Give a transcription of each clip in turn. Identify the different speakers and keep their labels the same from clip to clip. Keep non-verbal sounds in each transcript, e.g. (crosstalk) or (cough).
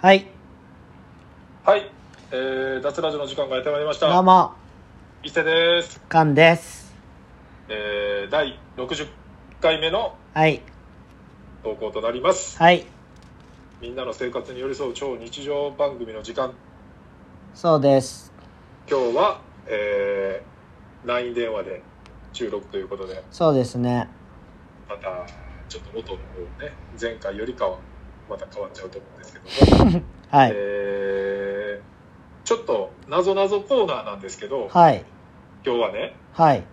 Speaker 1: はい、
Speaker 2: はい、えー、脱ラジオの時間がやってまいりまし
Speaker 1: どう
Speaker 2: た。
Speaker 1: も、
Speaker 2: 伊勢です。
Speaker 1: カンです。
Speaker 2: えー、第60回目の
Speaker 1: はい、
Speaker 2: 投稿となります。
Speaker 1: はい、
Speaker 2: みんなの生活に寄り添う超日常番組の時間。
Speaker 1: そうです。
Speaker 2: 今日は、えー、LINE 電話で収録ということで、
Speaker 1: そうですね。
Speaker 2: また、ちょっと元の方ね、前回よりかは、また変わっちゃうと思うんですけども、
Speaker 1: はい、
Speaker 2: えー、ちょっと、なぞなぞコーナーなんですけど、
Speaker 1: はい、
Speaker 2: 今日はね、
Speaker 1: はい、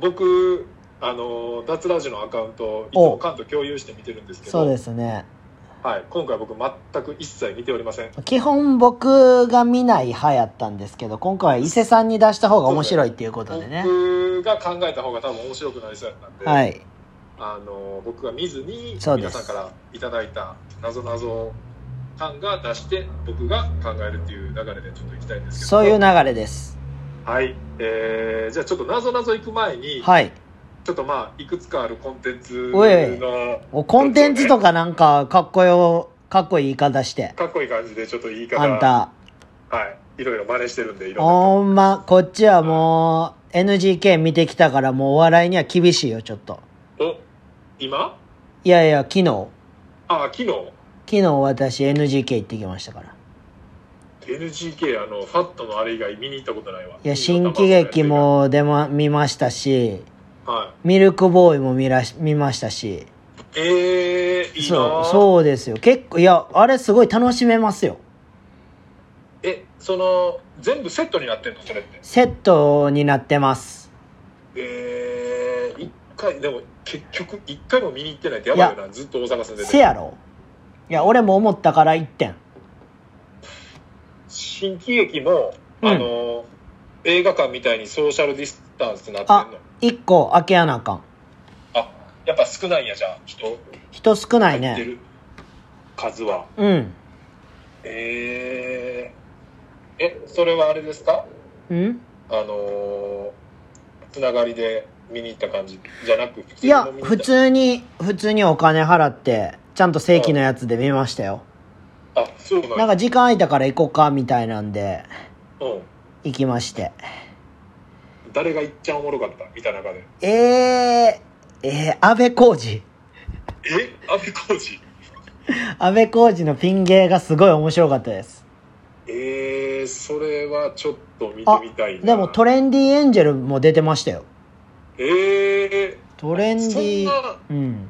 Speaker 2: 僕あの脱ラジのアカウントを伊
Speaker 1: お
Speaker 2: 藤カンと共有して見てるんですけど
Speaker 1: そうですね。
Speaker 2: はい、今回僕全く一切見ておりません
Speaker 1: 基本僕が見ない派やったんですけど、今回は伊勢さんに出した方が面白いっていうことでね。
Speaker 2: 僕が考えた方が多分面白くなりそうやったんで、
Speaker 1: はい、
Speaker 2: あの僕が見ずに
Speaker 1: そうで
Speaker 2: 皆
Speaker 1: す
Speaker 2: さんからいただいたなぞなぞカンが出して僕が考えるっていう流れでちょっといきたいんですけど
Speaker 1: そういう流れです。
Speaker 2: はい、えー、じゃあちょっとなぞなぞ行く前に、
Speaker 1: はい。
Speaker 2: ちょっとまあいくつかあるコンテンツ
Speaker 1: おい
Speaker 2: の
Speaker 1: お、コンテンツとかなんか、かっこよ、かっこいい言い方して。
Speaker 2: かっこいい感じでちょっと言い
Speaker 1: あん
Speaker 2: 方
Speaker 1: た。
Speaker 2: はいいろいろ真似してるんでいろんな
Speaker 1: ほんま、こっちはもう、NGK 見てきたからもうお笑いには厳しいよ、ちょっと。
Speaker 2: お今
Speaker 1: いやいや、昨日。
Speaker 2: あ昨日
Speaker 1: 昨日私 NGK 行ってきましたから。
Speaker 2: NGK あのファットのあれ以外見に行ったことないわ
Speaker 1: いや、新喜劇も出ま、見ましたし、
Speaker 2: は
Speaker 1: ミルクボーイも見らし、見ましたし。
Speaker 2: いえー、いいな
Speaker 1: そう、
Speaker 2: う
Speaker 1: そうですよ。結構、いや、あれすごい楽しめますよ。
Speaker 2: えその全部セットになってんのそれって
Speaker 1: セットになってます。
Speaker 2: えー、一回でも結局一回も見に行ってないってやばいよなずっと大阪住んで
Speaker 1: せ
Speaker 2: て
Speaker 1: やろいや、俺も思ったから1点。
Speaker 2: 新喜劇も、
Speaker 1: うん
Speaker 2: あの映画館みたいにソーシャルディスタンスになってんの
Speaker 1: 1個開けやなあかん。
Speaker 2: あやっぱ少ないんやじゃあ人
Speaker 1: 人少ない
Speaker 2: 入って
Speaker 1: ね。
Speaker 2: る数は
Speaker 1: うん。
Speaker 2: えー、えそれはあれですか
Speaker 1: うん
Speaker 2: あのーつながりで見に行った感じじゃなく普通
Speaker 1: いや
Speaker 2: の見、に行
Speaker 1: 普
Speaker 2: った
Speaker 1: 通に、普通にお金払って、ちゃんと正規のやつで見ましたよ。
Speaker 2: あそうなん
Speaker 1: なん
Speaker 2: か
Speaker 1: か時間空いたから行こうか、みたいなんで、
Speaker 2: う
Speaker 1: 行きまして。
Speaker 2: ん誰がいっちゃんおもろかった見た中で
Speaker 1: えー、えー、安倍浩二。
Speaker 2: え阿部浩二
Speaker 1: 安倍浩二のピン芸がすごい面白かったです。
Speaker 2: えー、それはちょっと見てみたいな
Speaker 1: でもトレンディエンジェルも出てましたよ。
Speaker 2: えー、
Speaker 1: トレンディ
Speaker 2: そんな
Speaker 1: うん。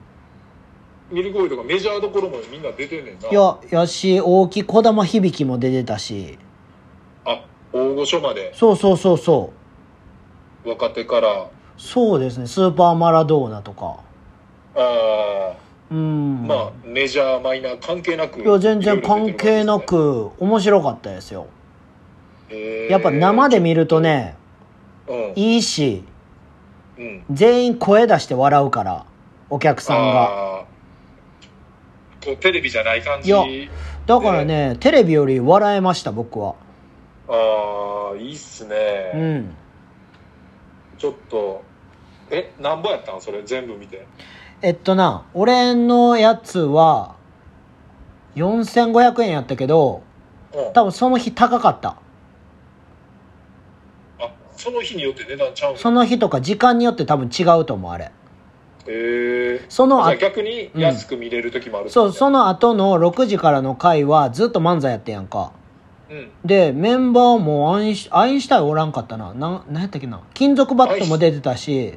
Speaker 2: ミルクボーイとかメジャーどころもみんな出てんねんない
Speaker 1: や、やし、大木小玉響も出てたし。
Speaker 2: あ大御所まで
Speaker 1: そうそうそうそう。
Speaker 2: 若手から
Speaker 1: そうですね、スーパーマラドーナとか。
Speaker 2: あ
Speaker 1: うん。
Speaker 2: ーまあメジャーマイナー関係なく
Speaker 1: いや、全然関係なく、面白かったですよ。やっぱ生で見るとね、
Speaker 2: うん
Speaker 1: いいし、
Speaker 2: うん
Speaker 1: 全員声出して笑うから、お客さんが。
Speaker 2: あーこうテレビじゃない感
Speaker 1: い
Speaker 2: じ
Speaker 1: やだからね、テレビより笑えました、僕は。
Speaker 2: ああいいっすね、
Speaker 1: うん。
Speaker 2: ちょっとえなんぼやったんそれ全部見て
Speaker 1: えっとな、俺のやつは、4500円やったけど、
Speaker 2: うん
Speaker 1: 多分その日高かった。
Speaker 2: あその日によって値段ちゃうんや
Speaker 1: その日とか時間によって多分違うと思う、あれ。
Speaker 2: へえ
Speaker 1: その
Speaker 2: じゃ
Speaker 1: あ
Speaker 2: あ、逆に安く見れる時もあるってこ
Speaker 1: そ
Speaker 2: と
Speaker 1: う、その後の6時からの回はずっと漫才やってんやんか。
Speaker 2: うん
Speaker 1: で、メンバーもアインシュアインシュタインおらんかったな。なん、なんやったっけな。金属バットも出てたし、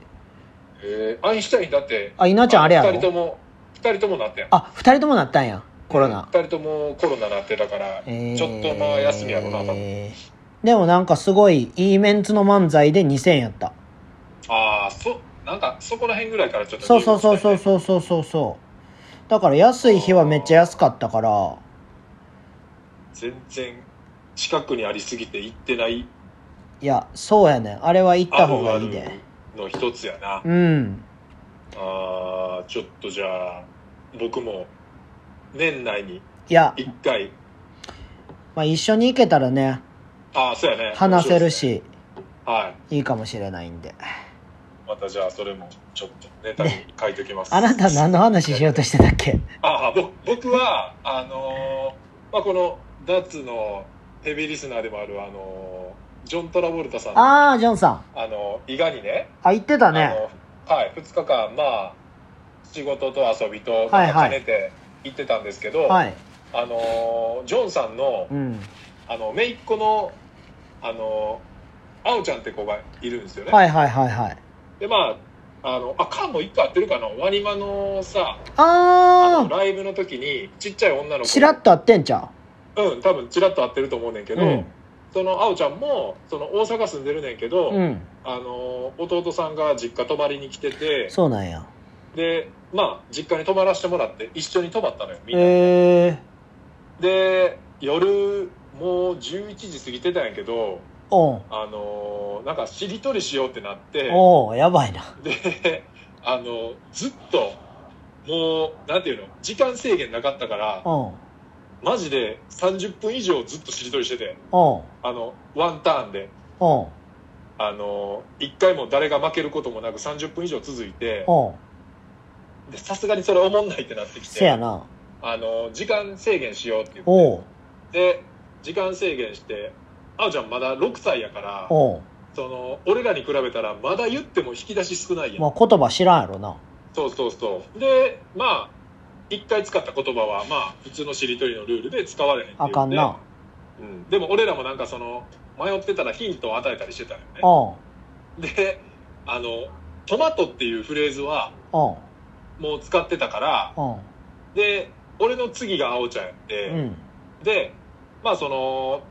Speaker 2: えー、アインシュタインだって
Speaker 1: あ、稲ちゃんあれや
Speaker 2: 二人と
Speaker 1: ろ
Speaker 2: も二人ともなったやん
Speaker 1: あ、二人ともなったんや。コロナ。
Speaker 2: 二人ともコロナなってたから、
Speaker 1: えー
Speaker 2: ちょっとまあ休みやろな多分
Speaker 1: でもなんかすごいいいメンツの漫才で2000円やった。
Speaker 2: ああそなんかそこら辺ぐらいからちょっと
Speaker 1: そうそうそうそう
Speaker 2: う
Speaker 1: そうそうそうそう。だから安い日はめっちゃ安かったから、
Speaker 2: 全然近くにありすぎて行ってない
Speaker 1: いや、そうやねん。あれは行った方がいい
Speaker 2: ある
Speaker 1: で。
Speaker 2: あるの一つやな、
Speaker 1: うん。
Speaker 2: あーちょっとじゃあ僕も年内に
Speaker 1: いや、
Speaker 2: 一回
Speaker 1: まあ一緒に行けたらね、
Speaker 2: ああそうやね
Speaker 1: 話せる
Speaker 2: 面白いですね
Speaker 1: し、
Speaker 2: はい
Speaker 1: いいかもしれないんで。
Speaker 2: またじゃあそれもちょっとネタに書いておきます、
Speaker 1: あなた何の話しようとしてたっけ
Speaker 2: ああぼ僕はあのーまあ、このダッツのヘビーリスナーでもあるあのジョン・トラボルタさんのあ
Speaker 1: ああ、ジョンさん。
Speaker 2: の伊賀にね
Speaker 1: あ、言ってたね。
Speaker 2: あのはい、2日間、まあ、仕事と遊びと
Speaker 1: はいはい
Speaker 2: 兼ねて行ってたんですけど、
Speaker 1: はい。
Speaker 2: あのジョンさんの
Speaker 1: うん。
Speaker 2: あの姪っ子のあのあおちゃんって子がいるんですよね、
Speaker 1: はいはいはいはい。
Speaker 2: でまああのあカンも一個合ってるかなワニマのさあ
Speaker 1: あ
Speaker 2: のライブの時にちっちゃい女の
Speaker 1: あ、
Speaker 2: 子
Speaker 1: チラッとあってんちゃ
Speaker 2: うん多分ちらっと合ってると思うねんけ
Speaker 1: う。
Speaker 2: ど、
Speaker 1: うん。
Speaker 2: そのあおちゃんもその大阪住んでるねんけど、
Speaker 1: うん。
Speaker 2: あの弟さんが実家泊まりに来てて
Speaker 1: そうなんや。
Speaker 2: でまあ実家に泊まらせてもらって一緒に泊まったのよみんな、
Speaker 1: ええ
Speaker 2: で夜もう11時過ぎてたんやけど
Speaker 1: ー。おう
Speaker 2: あのなんかしりとりしようってなって
Speaker 1: おうやばいな。
Speaker 2: であのずっともうなんていうの時間制限なかったから
Speaker 1: おう
Speaker 2: マジで30分以上ずっとしりとりしてて
Speaker 1: おう
Speaker 2: あのワンターンで
Speaker 1: おう
Speaker 2: あの1回も誰が負けることもなく30分以上続いて
Speaker 1: おう
Speaker 2: でさすがにそれおもんないってなってき
Speaker 1: せや
Speaker 2: て
Speaker 1: な。
Speaker 2: あの時間制限しようって言っ
Speaker 1: おう
Speaker 2: てで時間制限してあおちゃんまだ6歳やから
Speaker 1: おう
Speaker 2: その俺らに比べたらまだ言っても引き出し少ないやん
Speaker 1: まあ言葉知らんやろな。
Speaker 2: そうそうそうでまあ一回使った言葉はまあ普通のしりとりのルールで使われへんっていうんで
Speaker 1: あかんな、
Speaker 2: うん、でも俺らもなんかその迷ってたらヒントを与えたりしてたよね
Speaker 1: おう
Speaker 2: であのトマトっていうフレーズは
Speaker 1: おう
Speaker 2: もう使ってたから
Speaker 1: おう
Speaker 2: で俺の次が青ちゃんやっ
Speaker 1: う
Speaker 2: て、
Speaker 1: ん。
Speaker 2: でまあその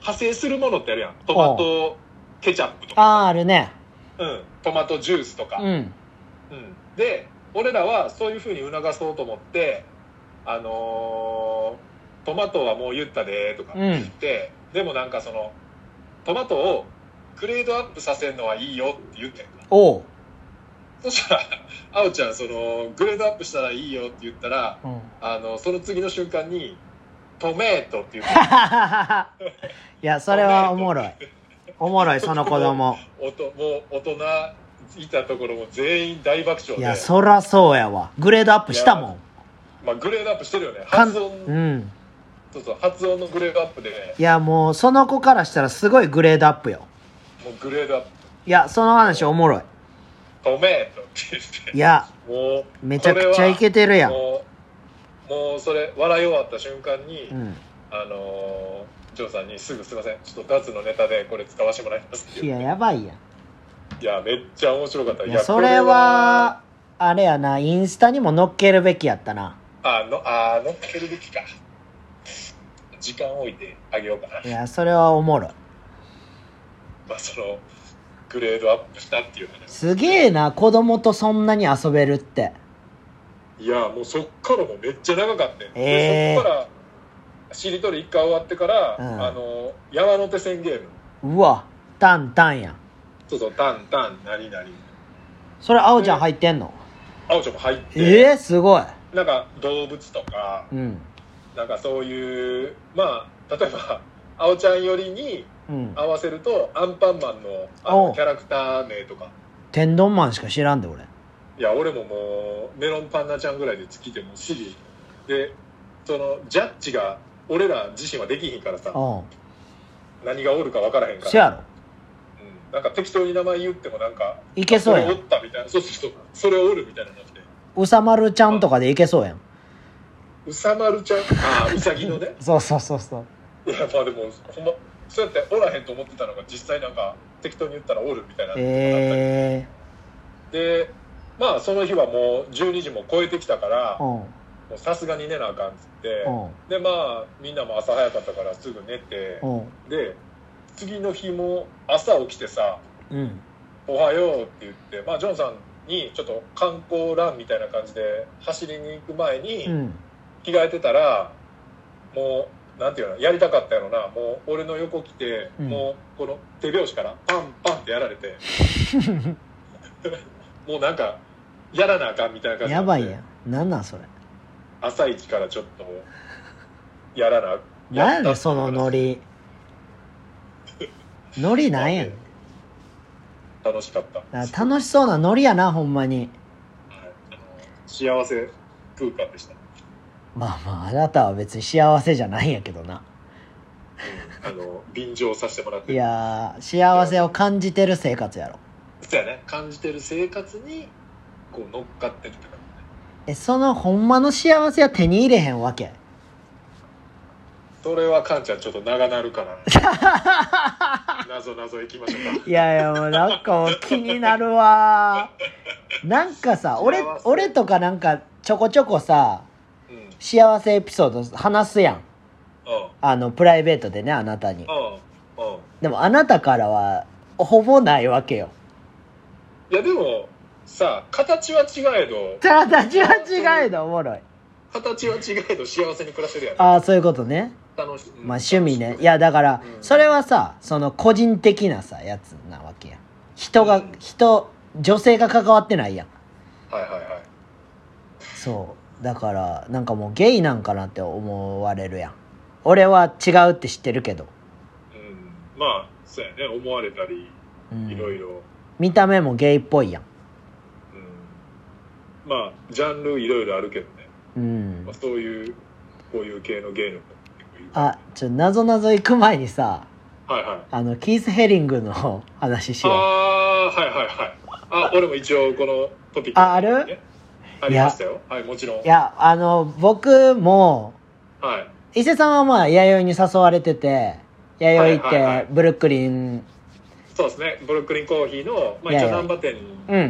Speaker 2: 派生するものってあるやんトマトケチャップとか、
Speaker 1: ああ、あるね。
Speaker 2: うん、トマトジュースとか、
Speaker 1: うん。
Speaker 2: うん、で俺らはそういうふうに促そうと思って「あのートマトはもう言ったで」とか言って、でもなんかそのトマトをグレードアップさせるのはいいよって言ってんか
Speaker 1: おう
Speaker 2: そしたら (laughs) あおちゃんそのグレードアップしたらいいよって言ったら
Speaker 1: うん。 (laughs)
Speaker 2: あのその次の瞬間に「トメート」って言って
Speaker 1: いや、それはおもろい。おもろい、その子供。
Speaker 2: おともう大人いたところも全員大爆笑
Speaker 1: い
Speaker 2: で
Speaker 1: や、そらそうやわ。グレードアップしたもん。
Speaker 2: まあ、グレードアップしてるよね
Speaker 1: かん
Speaker 2: 発音、
Speaker 1: うん。
Speaker 2: そうそう発音のグレードアップで
Speaker 1: いや、もう、その子からしたらすごいグレードアップよ。
Speaker 2: もうグレードアップ
Speaker 1: いや、その話おもろい。
Speaker 2: トメートって言って
Speaker 1: いや、
Speaker 2: もう
Speaker 1: めちゃくちゃいけてる
Speaker 2: る
Speaker 1: やん。
Speaker 2: もうもうそれ笑い終わった瞬間に、
Speaker 1: うん。
Speaker 2: あのージョーさんにすぐすいませんちょっとダツのネタでこれ使わせてもらいますって
Speaker 1: い
Speaker 2: 言
Speaker 1: や、
Speaker 2: って
Speaker 1: やばいや
Speaker 2: いやめっちゃ面白かった
Speaker 1: ん。いや、それは、あれやな、インスタにも載っけるべきやったな。
Speaker 2: これはあのあー乗っけるべきか時間置いてあげようかない
Speaker 1: や、それはおもろい。
Speaker 2: まあそのグレードアップしたっていう話
Speaker 1: すげえな、子供とそんなに遊べるって。
Speaker 2: いやもうそっからもめっちゃ長かったよ、
Speaker 1: えー
Speaker 2: でそっからしりとり1回終わってから、
Speaker 1: うん
Speaker 2: あのー山手線ゲーム
Speaker 1: うわ、タンタンやん。
Speaker 2: そうそう、タンタン、なになに。
Speaker 1: それ、あおちゃん入ってんの
Speaker 2: あおちゃんも入って、
Speaker 1: ええすごい。
Speaker 2: なんか動物とか、
Speaker 1: うん。
Speaker 2: なんかそういう、まあ、例えば、あおちゃん寄りに
Speaker 1: うん。
Speaker 2: 合わせると、アンパンマンのあの
Speaker 1: おう
Speaker 2: キャラクター名とか、
Speaker 1: 天丼マンしか知らんで、俺。
Speaker 2: いや、俺ももう、メロンパンナちゃんぐらいで尽きてもう知り、で、その、ジャッジが、俺ら自身はできひんからさ、
Speaker 1: うん。
Speaker 2: 何がおるか分からへんか
Speaker 1: せ
Speaker 2: ら、
Speaker 1: やろ。
Speaker 2: うん、なんか適当に名前言ってもなんか、
Speaker 1: いけそうや
Speaker 2: れお
Speaker 1: ん。
Speaker 2: ったみたいな、そうそうそう、それおるみたいなのって、
Speaker 1: うさまるちゃんとかでいけそうやん。
Speaker 2: うさまるちゃん、ああ、うさぎのね、
Speaker 1: (laughs) そうそうそうそう。
Speaker 2: いやまあでもほんまそうやっておらへんと思ってたのが実際なんか適当に言ったらおるみたいな、
Speaker 1: え
Speaker 2: でまあその日はもう12時も超えてきたから
Speaker 1: えー。うん。
Speaker 2: もうさすがに寝なあかんっつって
Speaker 1: う
Speaker 2: でまあみんなも朝早かったからすぐ寝て
Speaker 1: ん。うん。
Speaker 2: で次の日も朝起きてさ
Speaker 1: うん。
Speaker 2: 「おはよう」って言ってまあジョンさんにちょっと観光ランみたいな感じで走りに行く前に、
Speaker 1: うん。
Speaker 2: 着替えてたらもうなんていうのやりたかったやろなもう俺の横来て、
Speaker 1: うん
Speaker 2: もうこの手拍子からパンパンってやら
Speaker 1: (laughs)
Speaker 2: れてもうなんかやらなあかんみたいな感じ
Speaker 1: や
Speaker 2: になっ
Speaker 1: ば
Speaker 2: て
Speaker 1: いやん。なんなんそれ。
Speaker 2: 朝一からちょっとやらな
Speaker 1: なんや
Speaker 2: った
Speaker 1: ねんそのノリ。ノリなんやねん
Speaker 2: 楽しかった
Speaker 1: あ楽しそうなノリやな、ほんまに。
Speaker 2: はいあの幸せ空間でした
Speaker 1: まあまああなたは別に幸せじゃないんやけどな
Speaker 2: あの便乗させてもらって
Speaker 1: いやー幸せを感じてる生活やろ
Speaker 2: そうやね感じてる生活にこう乗っかってるって感じね
Speaker 1: えそのほんまの幸せは手に入れへんわけ
Speaker 2: それはカンちゃんちょっと長な
Speaker 1: (laughs)
Speaker 2: るからね謎謎いきましょうか
Speaker 1: いやいやもうなんかもう気になるわーなんかさ俺
Speaker 2: 幸せ
Speaker 1: 俺とかなんかちょこちょこさ
Speaker 2: うんうん
Speaker 1: 幸せエピソード話すやんあのプライベートでねあなたに
Speaker 2: うんうん
Speaker 1: でもあなたからはほぼないわけよ
Speaker 2: いやでもさ形は違えど
Speaker 1: 形は違えどおもろい
Speaker 2: 形は違えど幸せに暮らしてるやん
Speaker 1: ああそういうことね
Speaker 2: 楽し
Speaker 1: まあ趣味ねい
Speaker 2: や
Speaker 1: やだから
Speaker 2: うん
Speaker 1: それはさその個人的なさやつなわけやん人が
Speaker 2: うん
Speaker 1: 人女性が関わってないやん
Speaker 2: はいはいはい
Speaker 1: そうだからなんかもうゲイなんかなって思われるやん俺は違うって知ってるけど、
Speaker 2: うんまあそうやね思われたり
Speaker 1: うん、
Speaker 2: いろいろ
Speaker 1: 見た目もゲイっぽいやん
Speaker 2: うんまあジャンルいろいろあるけどね、
Speaker 1: うん
Speaker 2: まあ、そういうこういう系の芸能も結構いる
Speaker 1: あちょなぞなぞ行く前にさ
Speaker 2: はいはい
Speaker 1: あのキース・ヘリングの話し
Speaker 2: あ
Speaker 1: よ
Speaker 2: あはいはいはいあ俺も一応このトピック、
Speaker 1: あある
Speaker 2: ありましたよはいもちろん
Speaker 1: ういやあの僕も
Speaker 2: はい
Speaker 1: 伊勢さんはまあ弥生に誘われてて弥生行っ
Speaker 2: はいはいは
Speaker 1: て
Speaker 2: い
Speaker 1: ブルックリン
Speaker 2: そうですねブルックリンコーヒーの、まあ、
Speaker 1: いやい
Speaker 2: 一
Speaker 1: や
Speaker 2: 応難波店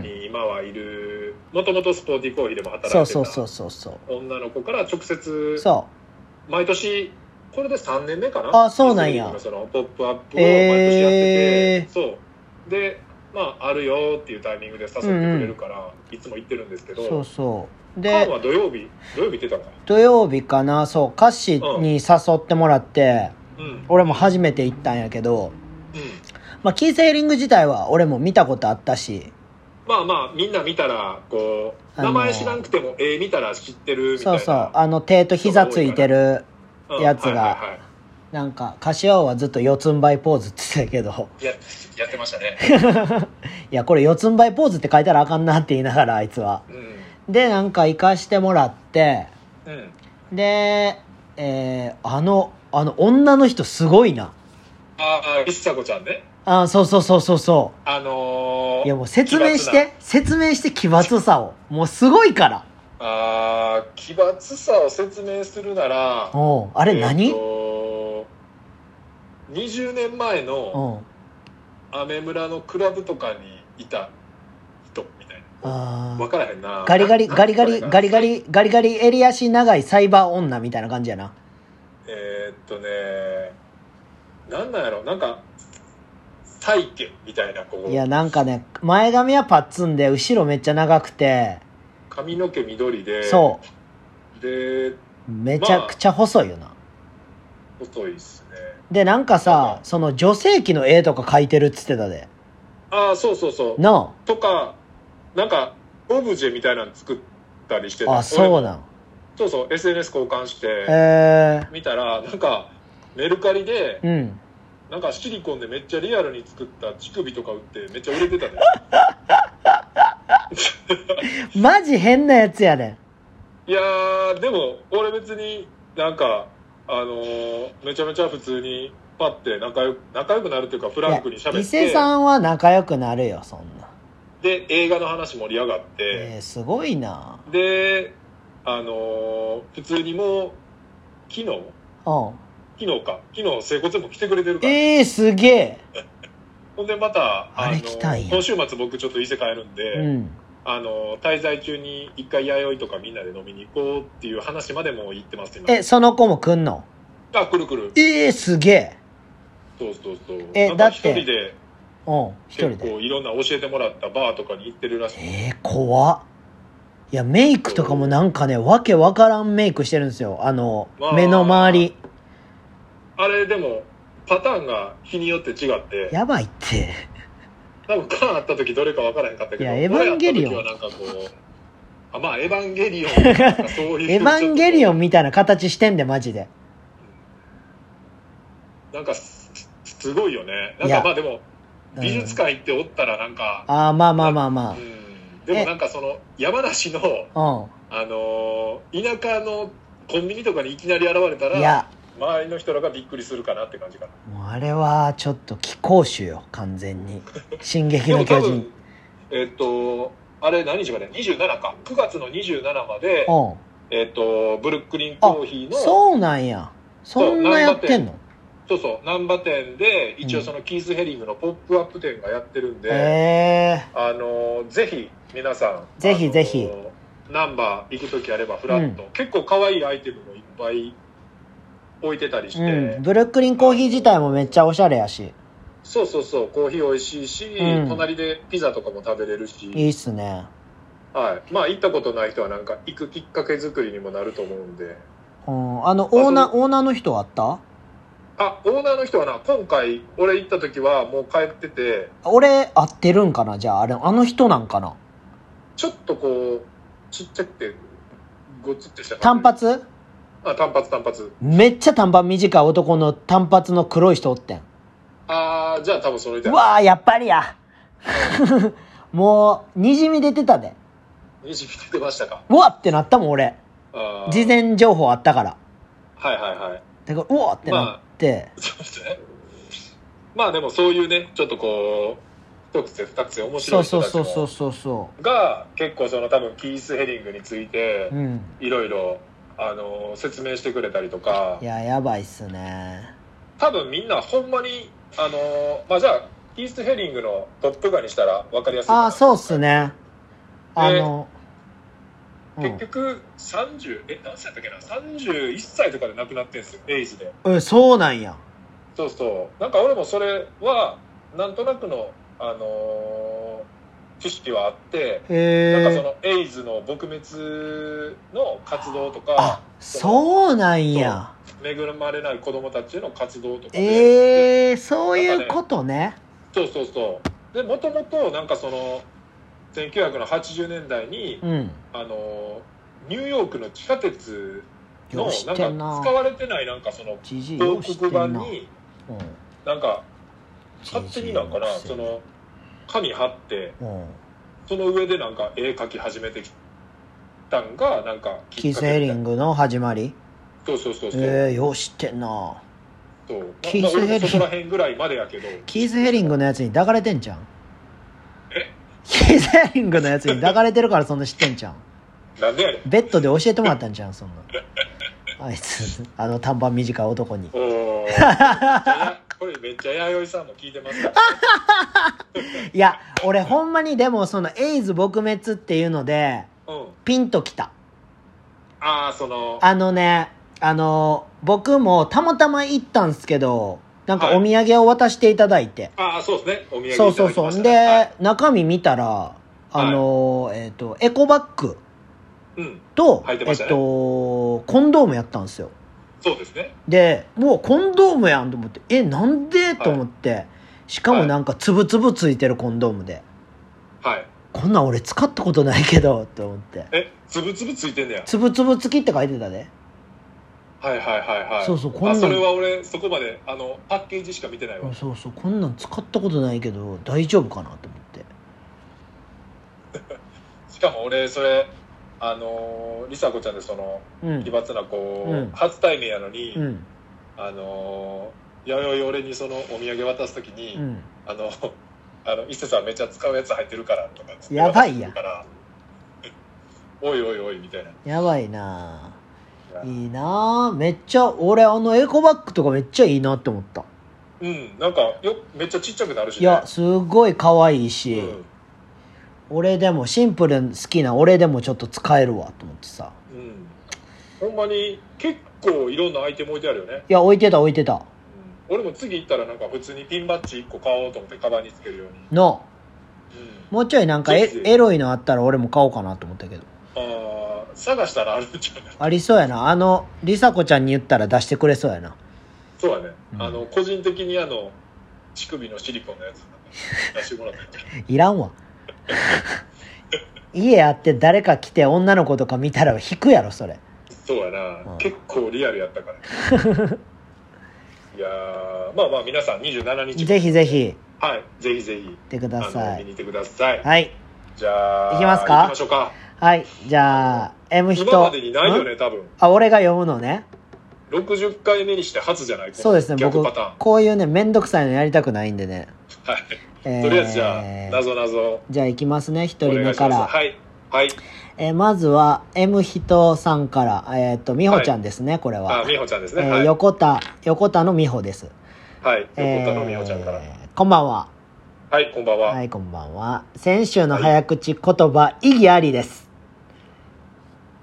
Speaker 2: に今はいるもともとスポーティーコーヒーでも働いて
Speaker 1: そ
Speaker 2: た
Speaker 1: うそうそうそうそ
Speaker 2: 女の子から直
Speaker 1: う
Speaker 2: 接
Speaker 1: そ
Speaker 2: 毎年これで3年目かな
Speaker 1: あそうなんや
Speaker 2: ミステリーのそのポップアップを毎年やって
Speaker 1: え
Speaker 2: て、そうでまああるよっていうタイミングで誘ってくれるから、いつも行ってるんですけ
Speaker 1: う
Speaker 2: ど
Speaker 1: そうそう
Speaker 2: カン
Speaker 1: で
Speaker 2: は土曜日土曜日行ってたのかな
Speaker 1: 土曜日かなそう歌詞に誘ってもらって、
Speaker 2: うんうん
Speaker 1: 俺も初めて行ったんやけど、まあ、キーセーリング自体は俺も見たことあったし
Speaker 2: まあまあみんな見たらこう
Speaker 1: あの
Speaker 2: 名前知らなくても絵見たら知ってるみたい
Speaker 1: そ
Speaker 2: な
Speaker 1: うそうあの手と膝ついてる
Speaker 2: うん
Speaker 1: やつが
Speaker 2: はいはいはい
Speaker 1: なんか柏王はずっと四つん這いポーズって言ってたけど (laughs)
Speaker 2: ややってましたね、
Speaker 1: いやこれ四つん這いポーズって書いたらあかんなって言いながらあいつは
Speaker 2: う
Speaker 1: でなんか行かしてもらって
Speaker 2: んうん、
Speaker 1: で、えーあのあの女の人すごいな
Speaker 2: ああちさ子ちゃんね
Speaker 1: あそうそうそうそうそ
Speaker 2: あの
Speaker 1: う
Speaker 2: ー、
Speaker 1: いやもう説明し
Speaker 2: 奇抜な
Speaker 1: て説明して奇抜さをもうすごいから
Speaker 2: あー奇抜さを説明するなら
Speaker 1: おうあれ何、
Speaker 2: えーと20年前の
Speaker 1: うん
Speaker 2: アメ村のクラブとかにいた人みたいな
Speaker 1: あ
Speaker 2: 分
Speaker 1: ー
Speaker 2: からへんな
Speaker 1: ガリガリガリガリガリガ
Speaker 2: リ
Speaker 1: リガリガリ襟足長いサイバー女みたいな感じやな
Speaker 2: えーっとねなんなんやろなんか債権みたいなこ
Speaker 1: いうやなんかね前髪はパッツンで後ろめっちゃ長くて
Speaker 2: 髪の毛緑で
Speaker 1: そう
Speaker 2: で
Speaker 1: うめちゃくちゃ細いよな
Speaker 2: 細いっすね
Speaker 1: でなんか
Speaker 2: なん
Speaker 1: さ
Speaker 2: か
Speaker 1: その女性器の絵とか描いてるっつってたで
Speaker 2: ああそうそうそう
Speaker 1: な
Speaker 2: とかなんかオブジェみたいなの作ったりしてた
Speaker 1: ああそう
Speaker 2: 俺も
Speaker 1: なん
Speaker 2: そうそう SNS 交換して
Speaker 1: え
Speaker 2: 見たらなんかメルカリで
Speaker 1: ー、うん
Speaker 2: なんかシリコンでめっちゃリアルに作った乳首とか売ってめっちゃ売れてた
Speaker 1: (laughs)
Speaker 2: ね
Speaker 1: マジ変なやつやねん
Speaker 2: いやーでも俺別になんかあのーめちゃめちゃ普通にパッて仲良く仲良くなるっていうかフランクに
Speaker 1: いや
Speaker 2: 喋
Speaker 1: 伊
Speaker 2: っ
Speaker 1: 勢
Speaker 2: て
Speaker 1: さんは仲良くなるよそんな
Speaker 2: で映画の話盛り上がっ
Speaker 1: え
Speaker 2: て、
Speaker 1: ー、すごいな
Speaker 2: であのー普通にもう昨日
Speaker 1: うん
Speaker 2: 昨日か昨日整骨院も来てくれてるから、
Speaker 1: えー、すげ
Speaker 2: ほんでまた
Speaker 1: あれ来たんや
Speaker 2: 今週末僕ちょっと伊勢帰るんで、
Speaker 1: えうん
Speaker 2: あの滞在中に一回弥生とかみんなで飲みに行こうっていう話までも言ってます今
Speaker 1: えその子も来んの
Speaker 2: あくるくる
Speaker 1: えー、すげえ
Speaker 2: そうそうそう
Speaker 1: え
Speaker 2: なんか
Speaker 1: だって
Speaker 2: 一人で
Speaker 1: うん一人
Speaker 2: 結
Speaker 1: で
Speaker 2: 構いろんな教えてもらったバーとかに行ってるらしい
Speaker 1: えー、怖っいやメイクとかもなんかねわけわからんメイクしてるんですよあの
Speaker 2: まあ
Speaker 1: 目の周り
Speaker 2: あれでもパターンが日によって違って
Speaker 1: やばいって
Speaker 2: (laughs) 多分缶あった時どれか分からへんかったけど
Speaker 1: いやエヴァンゲリオン
Speaker 2: 俺やった時はなんかこうあまあエヴァン
Speaker 1: (laughs)
Speaker 2: ゲリオンとかそういう
Speaker 1: エヴァンゲリオ
Speaker 2: ン
Speaker 1: ンみたいな形してんでマジで
Speaker 2: なんかすすごいよねないん
Speaker 1: や
Speaker 2: かまあでも美術館行っておったらなんか、
Speaker 1: ああまあまあまあま
Speaker 2: うんでもなんかその山梨の
Speaker 1: あうん
Speaker 2: あのー田舎のコンビニとかにいきなり現れた
Speaker 1: い
Speaker 2: ら
Speaker 1: や
Speaker 2: 周りの人らがびっくりするかなって感じかな
Speaker 1: もうあれはちょっと奇行種よ完全に「進撃
Speaker 2: で
Speaker 1: の
Speaker 2: も多
Speaker 1: 巨人
Speaker 2: (laughs) 分えっとあれ何日まで27か9月の27ま」で
Speaker 1: うん
Speaker 2: えっとブルックリンコーヒーのそう
Speaker 1: そうなんやそんなやってんの
Speaker 2: そう難波店で一応そのキース・ヘリングのポップアップ店がやってるんで、
Speaker 1: へえ
Speaker 2: あのぜひ皆さん
Speaker 1: ぜひ
Speaker 2: あの
Speaker 1: ぜひ
Speaker 2: ナンバー行く時あればフラット、結構可愛いアイテムもいっぱい置いてたりして、
Speaker 1: うんブルックリンコーヒー自体もめっちゃおしゃれやし
Speaker 2: そうそうそうコーヒー美味しいし、
Speaker 1: うん
Speaker 2: 隣でピザとかも食べれるし、
Speaker 1: いいっすね
Speaker 2: はい、まあ行ったことない人はなんか行くきっかけ作りにもなると思うんで
Speaker 1: うんあのオーナーオーナーの人あった
Speaker 2: あオーナーの人はな今回俺行った時はもう帰ってて
Speaker 1: 俺合ってるんかなじゃああれあの人なんかな
Speaker 2: ちょっとこうちっちゃくてごつってした感
Speaker 1: 単
Speaker 2: じ
Speaker 1: 発
Speaker 2: あ単発単発
Speaker 1: めっちゃ短パン短い男の短髪の黒い人おってん
Speaker 2: ああじゃあ多分その人
Speaker 1: う
Speaker 2: や
Speaker 1: わーやっぱりや (laughs) もうにじみ出てたで
Speaker 2: にじみ出てましたか
Speaker 1: うわってなったもん俺
Speaker 2: あー
Speaker 1: 事前情報あったから
Speaker 2: はいはいはい
Speaker 1: だからうわってなって、
Speaker 2: そうですねまあでもそういうねちょっとこう一癖二癖面
Speaker 1: そ
Speaker 2: 白
Speaker 1: う
Speaker 2: い
Speaker 1: そ
Speaker 2: 人
Speaker 1: う
Speaker 2: たち
Speaker 1: そうそう
Speaker 2: も
Speaker 1: そうそ
Speaker 2: が結構その多分キース・ヘリングについて
Speaker 1: ううん
Speaker 2: いろいろあの説明してくれたりとか
Speaker 1: いややばいっすね
Speaker 2: 多分みんなほんまにあのまあじゃあキース・ヘリングのトップガンにしたら分かりやすいかな
Speaker 1: ああそうっすねあの、
Speaker 2: 結局30え何歳だっけな31歳とかで亡くなってんですよエイズで
Speaker 1: うん、えそうなんや
Speaker 2: そうそうなんか俺もそれはなんとなくの、あのー知識はあって、
Speaker 1: へ
Speaker 2: なんかそ
Speaker 1: え
Speaker 2: のエイズの撲滅の活動とか
Speaker 1: あそうなんや
Speaker 2: 恵まれない子供たちの活動とかで、
Speaker 1: ええー、そういうことね
Speaker 2: そうそうそうでもともとなんかその1980年代に、
Speaker 1: うん
Speaker 2: あのーニューヨークの地下鉄の
Speaker 1: よし
Speaker 2: な
Speaker 1: っ
Speaker 2: ん
Speaker 1: て
Speaker 2: か
Speaker 1: ん
Speaker 2: 使
Speaker 1: な
Speaker 2: われてないなんかその
Speaker 1: じじいよ
Speaker 2: 広
Speaker 1: しって
Speaker 2: 告
Speaker 1: んな
Speaker 2: 板に
Speaker 1: うん
Speaker 2: なんか
Speaker 1: じ
Speaker 2: 勝
Speaker 1: じ
Speaker 2: 手
Speaker 1: い
Speaker 2: になんかな
Speaker 1: のくせ
Speaker 2: その紙貼って
Speaker 1: うん
Speaker 2: その上でなんか絵描き始めてきたんがなんかき
Speaker 1: キ
Speaker 2: っ
Speaker 1: ー
Speaker 2: か
Speaker 1: ス・
Speaker 2: け
Speaker 1: ヘ
Speaker 2: み
Speaker 1: リ
Speaker 2: たい
Speaker 1: ングの始まり
Speaker 2: そうそうそうそう、
Speaker 1: ええー、よう知ってんな
Speaker 2: そうま
Speaker 1: キース
Speaker 2: まあ
Speaker 1: ヘリング
Speaker 2: 俺もそこら辺ぐらいまでやけど
Speaker 1: キース・ヘリングのやつに抱かれてんじゃんキース・ヘリングのやつに抱かれてるからそんな知ってんじゃん
Speaker 2: なんでやねん
Speaker 1: ベッドで教えてもらったんじゃんそんなあいつあの短パン短い男に
Speaker 2: おーめっちゃやこれめっちゃ弥生さんも聞いてますから
Speaker 1: いや俺ほんまにでもそのエイズ撲滅っていうので
Speaker 2: うん
Speaker 1: ピンときた
Speaker 2: ああその
Speaker 1: あのねあの僕もたまたま行ったんすけどなんかお土産を渡していただいて、
Speaker 2: ああそうですねお土産いた
Speaker 1: そ
Speaker 2: だ
Speaker 1: う
Speaker 2: き
Speaker 1: そ
Speaker 2: ま
Speaker 1: う
Speaker 2: し
Speaker 1: そう
Speaker 2: た、ね、
Speaker 1: で、
Speaker 2: はい
Speaker 1: 中身見たらあの、えっ、とエコバッグ
Speaker 2: うん
Speaker 1: と、
Speaker 2: 入って
Speaker 1: え
Speaker 2: ま
Speaker 1: っ
Speaker 2: したね
Speaker 1: とコンドームやったんですよ
Speaker 2: そうですね
Speaker 1: でもうコンドームやんと思ってえなんでと思って、しかもなんかつぶつぶついてるコンドームで、
Speaker 2: はい
Speaker 1: こんなん俺使ったことないけどと思って
Speaker 2: えつぶつぶついてんねや
Speaker 1: つぶつぶつきって書いてたで
Speaker 2: はいはいはいはい
Speaker 1: そうそうこんな
Speaker 2: あ
Speaker 1: ん
Speaker 2: それは俺そこまであのパッケージしか見てないわ
Speaker 1: そうそうこんなん使ったことないけど大丈夫かなと思って
Speaker 2: しかも俺それあのー梨紗子ちゃんでその
Speaker 1: うん
Speaker 2: 奇抜な子、
Speaker 1: うん
Speaker 2: 初対面やのに、
Speaker 1: うん
Speaker 2: あのー弥生俺にそのお土産渡す時に、
Speaker 1: うん
Speaker 2: あのあの伊勢さんめっちゃ使うやつ入ってるからとかっつって
Speaker 1: やばいやん
Speaker 2: 渡してくるから (laughs) おいおいおいみたいな
Speaker 1: やばいなぁ
Speaker 2: い
Speaker 1: いいなぁめっちゃ俺あのエコバッグとかめっちゃいいなって思った
Speaker 2: うんなんかよめっちゃちっちゃくなるし、ね、
Speaker 1: いやすごい可愛いし、
Speaker 2: うん
Speaker 1: 俺でもシンプルに好きな俺でもちょっと使えるわと思ってさ
Speaker 2: うんほんまに結構いろんなアイテム置いてあるよね、
Speaker 1: いや置いてた置いてた
Speaker 2: うん俺も次行ったらなんか普通にピンバッジ1個買おうと思ってカバンにつけるように、
Speaker 1: の
Speaker 2: うん
Speaker 1: もうちょいなんかエ
Speaker 2: ぜひ
Speaker 1: エロいのあったら俺も買おうかなと思ったけど
Speaker 2: あー探したらあるんちゃうかな
Speaker 1: ありそうやなあの梨紗子ちゃんに言ったら出してくれそうやな
Speaker 2: そうだね、
Speaker 1: うん
Speaker 2: あの個人的にあの乳首のシリコンのやつなんか出してもらったんちゃう
Speaker 1: いらん
Speaker 2: (laughs)
Speaker 1: わ家あって誰か来て女の子とか見たら引くやろそれ
Speaker 2: そうやな、
Speaker 1: うん
Speaker 2: 結構リアルやっ
Speaker 1: (laughs)
Speaker 2: たからいやーまあまあ皆さん27日
Speaker 1: ぜひぜひ
Speaker 2: はいぜひぜひ
Speaker 1: 行ってくだ
Speaker 2: あ
Speaker 1: さ
Speaker 2: の見
Speaker 1: い
Speaker 2: に行ってください、
Speaker 1: はい
Speaker 2: じゃあ
Speaker 1: 行きますか
Speaker 2: 行きましょうか
Speaker 1: ははいじゃあ M 人
Speaker 2: 今までにないよ
Speaker 1: ん
Speaker 2: ね多分
Speaker 1: あ俺が読むのね
Speaker 2: 60回目にして初じゃない
Speaker 1: そうですね
Speaker 2: 逆
Speaker 1: 僕
Speaker 2: パターン
Speaker 1: こういうねめんどくさいのやりたくないんでね、
Speaker 2: はい
Speaker 1: えー
Speaker 2: とりあえずじゃあなぞなぞ
Speaker 1: じゃあいきますね1
Speaker 2: お
Speaker 1: 人
Speaker 2: 願
Speaker 1: 目
Speaker 2: いしま
Speaker 1: か
Speaker 2: す
Speaker 1: ら
Speaker 2: はいはい
Speaker 1: えーまずは M 人さんからえーっと美穂ちゃんですね、これは
Speaker 2: あ美穂ちゃんです
Speaker 1: えー
Speaker 2: ねはいはい
Speaker 1: 横田横田の美穂です
Speaker 2: 横田の美穂ちゃんから
Speaker 1: えーこんばんは
Speaker 2: はいこんばん
Speaker 1: は
Speaker 2: はい
Speaker 1: こんばんは先週の早口言葉、意義ありです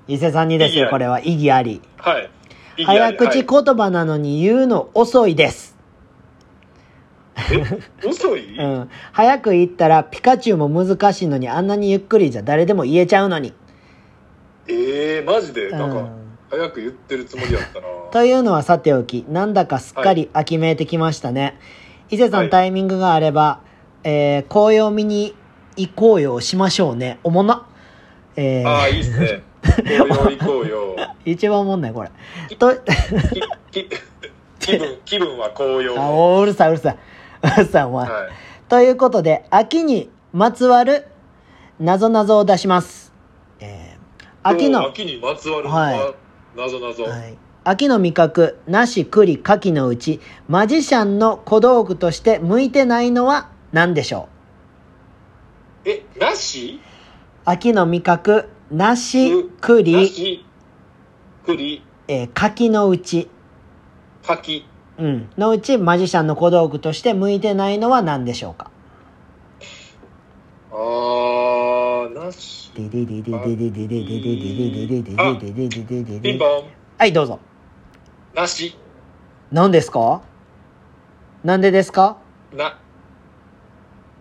Speaker 1: 伊勢さんにです
Speaker 2: 意義あ
Speaker 1: よ
Speaker 2: り
Speaker 1: これは意義あり
Speaker 2: はい意義あ
Speaker 1: 早
Speaker 2: り
Speaker 1: 口
Speaker 2: は
Speaker 1: 言葉なのに言うの遅いです、
Speaker 2: い遅い
Speaker 1: うん、早く言ったらピカチュウも難しいのにあんなにゆっくりじゃ誰でも言えちゃうのに、
Speaker 2: ええマジで
Speaker 1: う
Speaker 2: なんか
Speaker 1: ん、
Speaker 2: 早く言ってるつもりやったな
Speaker 1: というのはさておきなんだかすっかり秋めいてきましたね、伊勢さ
Speaker 2: は
Speaker 1: ん
Speaker 2: い
Speaker 1: タイミングがあれば、えー紅葉見に行こうよをしましょうねおもなえー
Speaker 2: ああいいっすね紅葉行こうよ
Speaker 1: 一番おもんないこれ
Speaker 2: (laughs)
Speaker 1: と
Speaker 2: き
Speaker 1: (laughs)
Speaker 2: き気分気分は紅
Speaker 1: あ
Speaker 2: 葉
Speaker 1: おうるさいうるさいうるさいお前、
Speaker 2: はい
Speaker 1: ということで秋にまつわるなぞなぞを出します、えー秋
Speaker 2: おー
Speaker 1: の、
Speaker 2: 秋にまつわる
Speaker 1: はい
Speaker 2: なぞなぞ
Speaker 1: はい、秋の味覚梨栗柿のうちマジシャンの小道具として向いてないのは何でしょ
Speaker 2: えなし
Speaker 1: う秋の味覚梨
Speaker 2: うな
Speaker 1: 栗、
Speaker 2: し栗
Speaker 1: えー柿のうち、
Speaker 2: 柿
Speaker 1: うん、のうちマジシャンの小道具として向いてないのは何でしょうか
Speaker 2: あーなし
Speaker 1: でででででででででででででででででで
Speaker 2: ピ
Speaker 1: で
Speaker 2: ン
Speaker 1: で
Speaker 2: ポン
Speaker 1: はいどうぞ
Speaker 2: なし
Speaker 1: 何ですかなんでですか
Speaker 2: な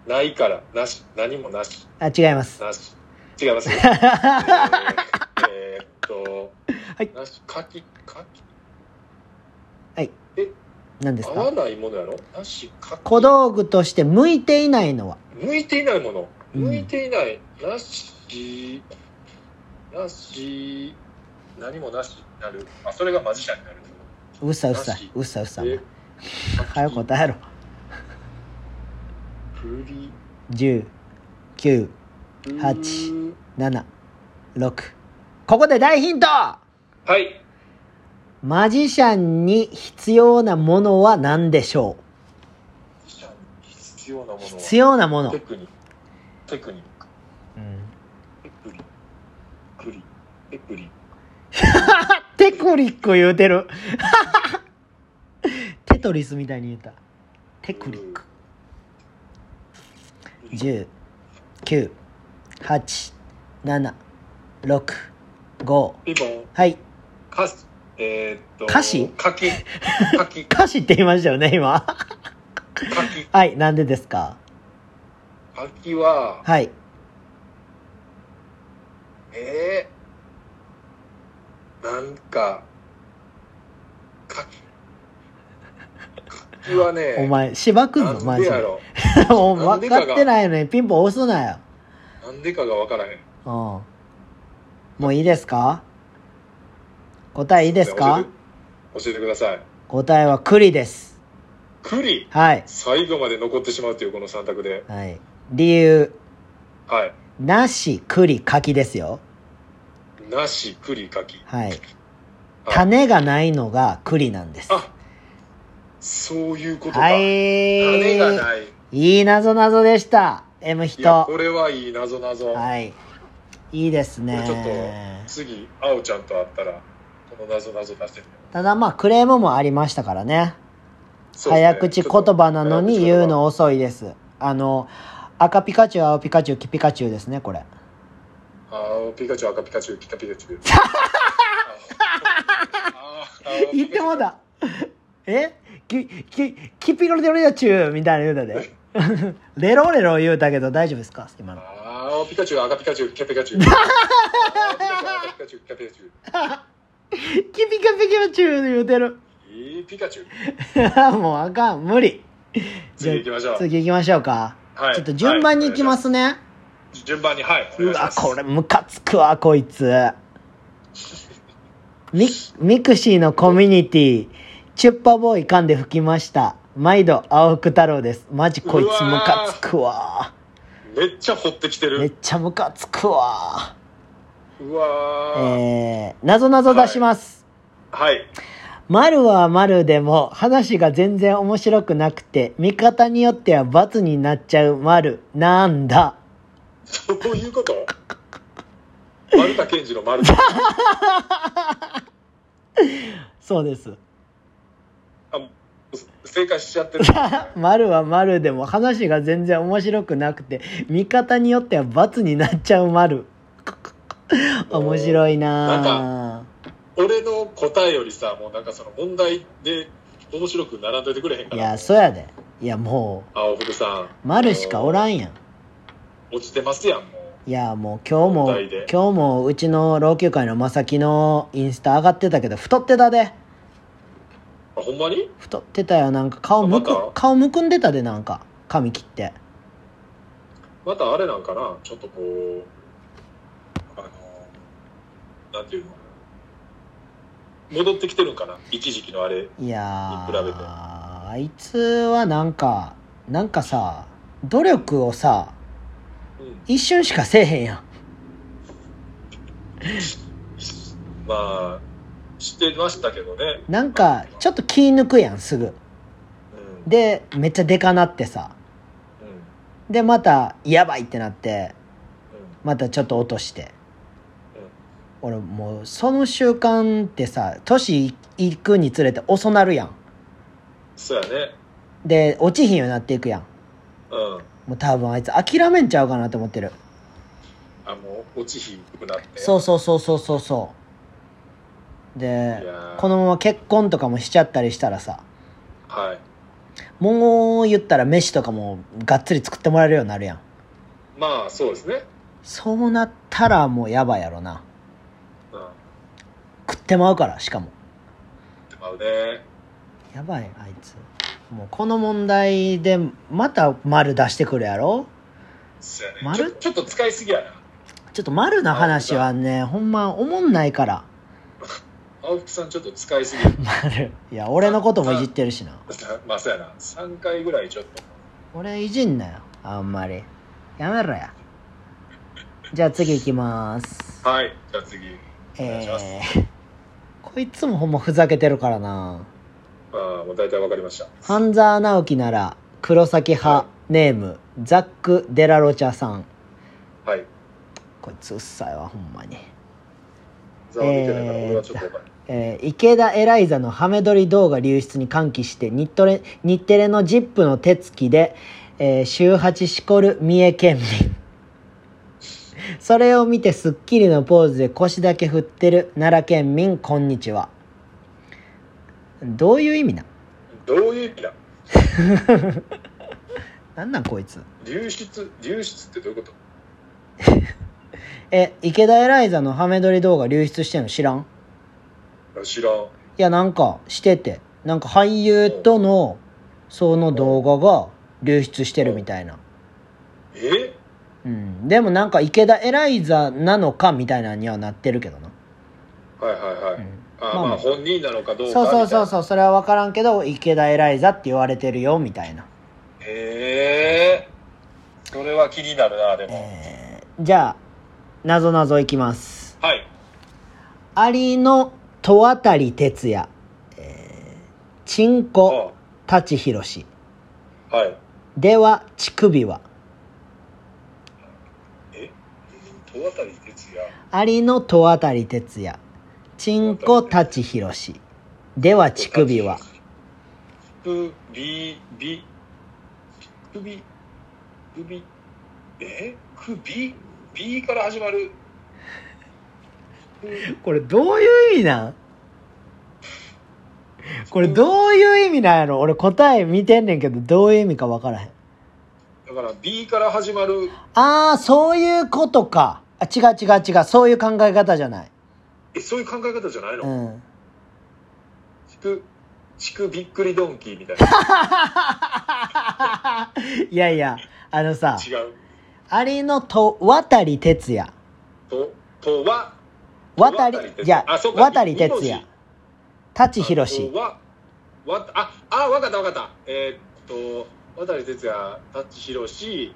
Speaker 2: ないからなし何もなし
Speaker 1: あ違います
Speaker 2: なし違
Speaker 1: (laughs)
Speaker 2: いますえーえーっと
Speaker 1: はい
Speaker 2: なし柿柿
Speaker 1: 何です
Speaker 2: 合
Speaker 1: か
Speaker 2: わないものやろなし柿
Speaker 1: 小道具として向いていないのは
Speaker 2: 向いていないもの
Speaker 1: うん
Speaker 2: 向いていない、なしなし何もなしになるあそれがマジシャンになる
Speaker 1: うっさうっさ
Speaker 2: なし
Speaker 1: うっさうっさ
Speaker 2: え
Speaker 1: 早く答えろ
Speaker 2: フリ
Speaker 1: 1 0
Speaker 2: フ
Speaker 1: 八9 7 6ここで大ヒント
Speaker 2: はい
Speaker 1: マジシャンに必要なものは何でしょ
Speaker 2: マジシャンに必要なものは
Speaker 1: う必要なもの
Speaker 2: テ、クニックテクニック
Speaker 1: うん
Speaker 2: テクリクリテクリ
Speaker 1: テクリック言うてる (laughs) テトリスみたいに言ったテクリック1 0 9 8 7 6 5
Speaker 2: ピンポン
Speaker 1: はい
Speaker 2: 歌詞えー、っと
Speaker 1: 歌詞
Speaker 2: 柿柿
Speaker 1: 歌詞って言いましたよね今 (laughs)
Speaker 2: 柿
Speaker 1: はいなんでですか
Speaker 2: 柿は
Speaker 1: はい
Speaker 2: えー、なんか柿柿はね
Speaker 1: (laughs) お前しばく
Speaker 2: な
Speaker 1: ぞマ
Speaker 2: ん
Speaker 1: ジ
Speaker 2: でや
Speaker 1: で
Speaker 2: ろ
Speaker 1: (laughs) もう
Speaker 2: な
Speaker 1: 分
Speaker 2: んでか
Speaker 1: か
Speaker 2: が
Speaker 1: ってないのにピンポン押すなよ
Speaker 2: なんでかがわからへん
Speaker 1: うんもういいですか答えいいです
Speaker 2: 教え
Speaker 1: か
Speaker 2: て教えてください
Speaker 1: 答えは栗です
Speaker 2: 栗
Speaker 1: はい
Speaker 2: 最後まで残ってしまうというこの3択で
Speaker 1: はい理由
Speaker 2: はい
Speaker 1: なし栗柿ですよ
Speaker 2: なし栗柿
Speaker 1: はい種がないのが栗なんです
Speaker 2: あそういうことか、
Speaker 1: はい
Speaker 2: 種がない
Speaker 1: いいなぞなぞでした M
Speaker 2: いや
Speaker 1: 人
Speaker 2: これはいいなぞなぞ
Speaker 1: はいいいです
Speaker 2: これちょっと
Speaker 1: ね
Speaker 2: 次あおちゃんと会ったらこのなぞなぞ出してみよ
Speaker 1: ただまあクレームもありましたからね
Speaker 2: うそうですね
Speaker 1: 早口言葉なのに言うの遅いですあの赤ピカチュウ青ピカチュウ黄ピカチュウですねこれ
Speaker 2: 青ピカチュウ赤ピカチュウ北ピカチュ
Speaker 1: (laughs)
Speaker 2: ウ
Speaker 1: 言ってもうた (laughs) えきききピロリロリロチュウみたいな言うたで (laughs) レロレロ言うたけど大丈夫ですか今の
Speaker 2: 青ピカチュウ赤ピカチュウ北ピカチュウ青ピカチュウ赤ピカチュウ北ピカチュウ
Speaker 1: キピカピカチュウ言うてる
Speaker 2: いいピカチュウ
Speaker 1: (laughs) もうあかん無理
Speaker 2: 次行きましょう
Speaker 1: 次行きましょうか、
Speaker 2: はい
Speaker 1: ちょっと順番に行きますね、
Speaker 2: 順番にはいうお
Speaker 1: わ
Speaker 2: 願いします
Speaker 1: これムカつくわこいつミミクシーのコミュニティチュッパボーイ噛んで吹きました毎度青福太郎ですマジこいつムカつくわ
Speaker 2: めっちゃ掘ってきて
Speaker 1: めっ
Speaker 2: る
Speaker 1: ちゃムカつくわ
Speaker 2: うわー、
Speaker 1: えー、なぞなぞ出します。
Speaker 2: はい。
Speaker 1: 丸は丸でも話が全然面白くなくて、見方によっては罰になっちゃう丸、なんだ
Speaker 2: そういうこと丸田健二
Speaker 1: (laughs)
Speaker 2: の丸田。
Speaker 1: そうです。
Speaker 2: あもう正解しちゃってる。
Speaker 1: (laughs) 丸は丸でも話が全然面白くなくて、見方によっては罰になっちゃう丸。面白いな
Speaker 2: 俺の答えよりさ、もうなんかその問題で面白く並んでてくれへん
Speaker 1: ぁ。
Speaker 2: か
Speaker 1: い
Speaker 2: ら。
Speaker 1: や、そやで。いや、も
Speaker 2: 青福さん。
Speaker 1: う、丸しかおらんやん。
Speaker 2: 落ちてますやん、も
Speaker 1: いや、もう今日も
Speaker 2: 問題で、
Speaker 1: 今日もうちの老朽会のまさきのインスタ上がってたけど、太ってたで。
Speaker 2: う。あほんまに
Speaker 1: 太ってたよ。なんか顔むく
Speaker 2: あまた、
Speaker 1: 顔むくんでたで、なんか。髪切って。
Speaker 2: またあれなんかなちょっとこう、あの、なんていうの戻ってきてるんかな一時期のあれ。
Speaker 1: いや
Speaker 2: に比べて
Speaker 1: ー、あいつはなんか、なんかさ、努力をさ、
Speaker 2: うん。
Speaker 1: 一瞬しかせえへんやん。
Speaker 2: まあ、知ってましたけどね。
Speaker 1: なんか、ちょっと気抜くやん、すぐ。
Speaker 2: うん。
Speaker 1: で、めっちゃでかなってさ。
Speaker 2: うん。うん
Speaker 1: で、また、やばいってなって、またちょっと落として。俺もう、その習慣ってさ、年いくにつれて遅なるやん。
Speaker 2: そうやね。
Speaker 1: で、落ちひんようになっていくやん。
Speaker 2: うん。
Speaker 1: もう多分あいつ諦めんちゃうかなと思ってる。
Speaker 2: あ、もう、落ちひんくなって。
Speaker 1: そうそうそうそうそうそう。で
Speaker 2: いや、ー
Speaker 1: このまま結婚とかもしちゃったりしたらさ、
Speaker 2: はい。
Speaker 1: もう言ったら飯とかもがっつり作ってもらえるようになるやん。
Speaker 2: まあ、そうですね。
Speaker 1: そうなったらもうやばいやろな。
Speaker 2: うん。
Speaker 1: 食ってまうから、しかも。
Speaker 2: まあね。
Speaker 1: やばい、あいつ。もうこの問題でまた丸出してくるやろ
Speaker 2: そうやね。ちょ
Speaker 1: 丸
Speaker 2: ちょっと使いすぎやな。
Speaker 1: ちょっと丸の話はね、ほんまおもんないから。
Speaker 2: 青木さん、ちょっと使いすぎ (laughs) る。
Speaker 1: 丸。いや、俺のこともいじってるしな。
Speaker 2: まあ、そうやな。3回ぐらいちょっと。
Speaker 1: 俺いじんなよ、あんまり。やめろや。じゃあ次行きます。
Speaker 2: はい。じゃあ次、お願いします。
Speaker 1: えー、こいつもほんまふざけてるからな。
Speaker 2: ああ、もう大体わかりました。
Speaker 1: 半沢直樹なら、黒崎派、ネーム、ザック・デラロチャさん。
Speaker 2: はい。
Speaker 1: こいつうっさいわ、ほんまに。
Speaker 2: ざわめいてないから、
Speaker 1: えー
Speaker 2: 俺はちょっとわかる。
Speaker 1: えー池田エライザのハメ撮り動画流出に歓喜して日トレ日テレの「ジップの手つきで、えー週8しこる三重県民 (laughs) それを見て『スッキリ』のポーズで腰だけ振ってる奈良県民こんにちはどういう意味なん
Speaker 2: どういう意味だ
Speaker 1: なんなんこいつ
Speaker 2: 流出、流出ってどういうこと
Speaker 1: え池田エライザのハメ撮り動画流出してんの知らん
Speaker 2: あ知らん。
Speaker 1: いやなんかしててなんか俳優とのその動画が流出してるみたいな
Speaker 2: え
Speaker 1: うん、でもなんか池田エライザなのかみたいなにはなってるけどな、
Speaker 2: はいはいはい。
Speaker 1: うん
Speaker 2: あ
Speaker 1: まあ
Speaker 2: あ、まあ、本人なのかどうかみたい
Speaker 1: そう
Speaker 2: な。
Speaker 1: そうそうそうそれは分からんけど池田エライザって言われてるよみたいな、
Speaker 2: へえそれは気になるなでも、
Speaker 1: えーじゃあなぞなぞいきます
Speaker 2: はい
Speaker 1: アリの戸渡哲也、えー、チンコ舘ひろし
Speaker 2: あはい
Speaker 1: では乳首は
Speaker 2: え戸渡哲也
Speaker 1: アリの戸渡哲也チンコ舘ひろしでは乳首は
Speaker 2: 乳首び首首え首 B から始まる
Speaker 1: これどういう意味なんこれどういう意味なんやろ俺答え見てんねんけどどういう意味か分からへん
Speaker 2: だから B から始まる
Speaker 1: ああそういうことかあ違う違う違うそういう考え方じゃない
Speaker 2: えそういう考え方じゃないうの
Speaker 1: ん
Speaker 2: 乳首乳首びっくりドンキーみたいな
Speaker 1: (laughs) いやいやあのさ
Speaker 2: 違う
Speaker 1: あれのと渡哲也
Speaker 2: ととは
Speaker 1: 渡り
Speaker 2: 戸哲
Speaker 1: いや
Speaker 2: あそうか
Speaker 1: 渡哲
Speaker 2: 二文
Speaker 1: 也
Speaker 2: 字
Speaker 1: 舘ひろし
Speaker 2: あとはわたああわかったわかったえーっと渡哲也舘ひろし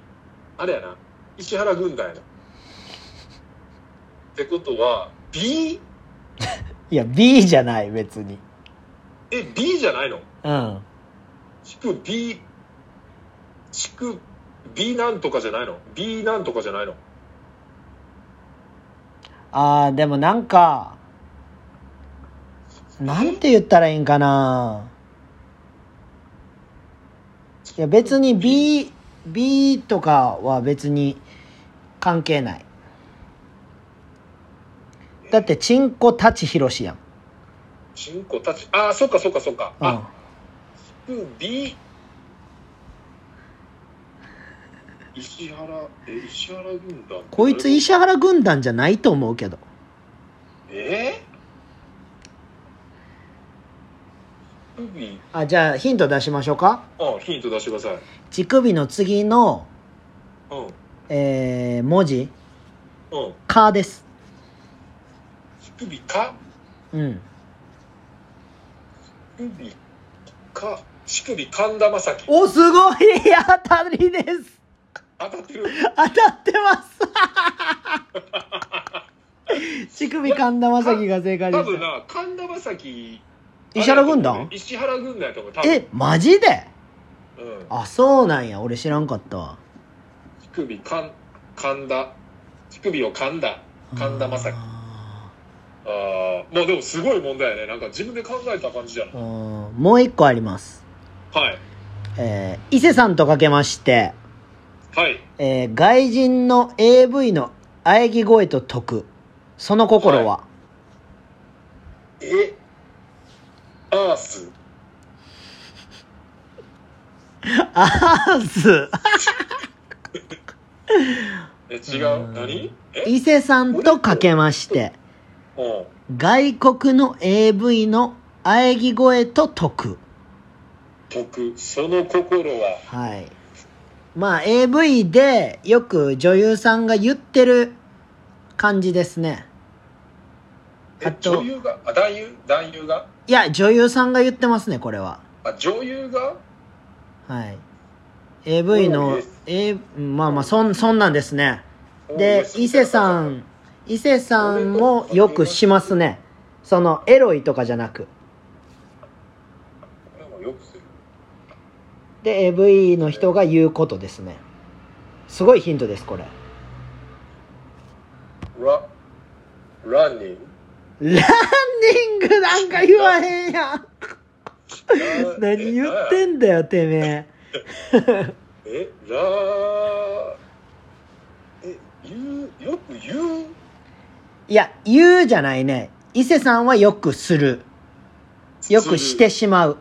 Speaker 2: あれやな石原軍団やなってことは B?
Speaker 1: いや B じゃない別に
Speaker 2: え B じゃないの
Speaker 1: うん
Speaker 2: 地区 B 地区 B なんとかじゃないの B なんとかじゃないの
Speaker 1: あーでもなんかなんて言ったらいいんかないや別に B, B とかは別に関係ないだってチンコたちひろしやん、
Speaker 2: チンコたちああそっかそっかそっか、
Speaker 1: うん
Speaker 2: あ、地区 B 石原え石原軍団
Speaker 1: こいつ石原軍団じゃないと思うけど
Speaker 2: えー、乳首
Speaker 1: あじゃあヒント出しましょうか
Speaker 2: あヒント出してください
Speaker 1: 乳首の次の、
Speaker 2: うん
Speaker 1: えー文字
Speaker 2: うん
Speaker 1: 「か」です
Speaker 2: 乳首か
Speaker 1: うん
Speaker 2: 乳首か乳首神田正輝
Speaker 1: おすごい (laughs) 当たりです
Speaker 2: 当たってる
Speaker 1: 当たってます
Speaker 2: (laughs)
Speaker 1: 乳首神田正輝が正解で
Speaker 2: 多
Speaker 1: し
Speaker 2: 分
Speaker 1: た
Speaker 2: な神田正輝
Speaker 1: 石原軍団
Speaker 2: 石原軍団やと思う多分
Speaker 1: えマジで
Speaker 2: うん、
Speaker 1: あそうなんや俺知らんかったわ
Speaker 2: 乳首かん神田乳首を神田神田正輝
Speaker 1: あ
Speaker 2: ああもうでもすごい問題やねなんか自分で考えた感じじゃない
Speaker 1: ーうんもう一個あります
Speaker 2: はい
Speaker 1: えー伊勢さんとかけまして、
Speaker 2: はい
Speaker 1: えー外人の AV の喘ぎ声と解くその心は、
Speaker 2: えアース
Speaker 1: アース
Speaker 2: え違
Speaker 1: う
Speaker 2: うん何え
Speaker 1: 伊勢さんとかけまして
Speaker 2: うん
Speaker 1: 外国の AV の喘ぎ声と解く
Speaker 2: 僕その心は
Speaker 1: はいまあ AV でよく女優さんが言ってる感じですねあ
Speaker 2: え
Speaker 1: と
Speaker 2: 女優があ男優男優が
Speaker 1: いや女優さんが言ってますねこれは
Speaker 2: あ女優が
Speaker 1: はい AV
Speaker 2: 多い
Speaker 1: の
Speaker 2: です、
Speaker 1: A、まあまあそんそんなんですねで伊勢さん伊勢さんもよくしますねそのエロいとかじゃなく
Speaker 2: これもよくする
Speaker 1: で AV の人が言うことですねすごいヒントですこれ
Speaker 2: ラランニン
Speaker 1: ラ
Speaker 2: グ
Speaker 1: ンニングなんか言わへん
Speaker 2: (laughs)
Speaker 1: やん (laughs) 何言って
Speaker 2: ん
Speaker 1: んだよてめ
Speaker 2: えラえ言うよく言う
Speaker 1: えいや言うじゃないね伊勢さんはよくするよくしてしまう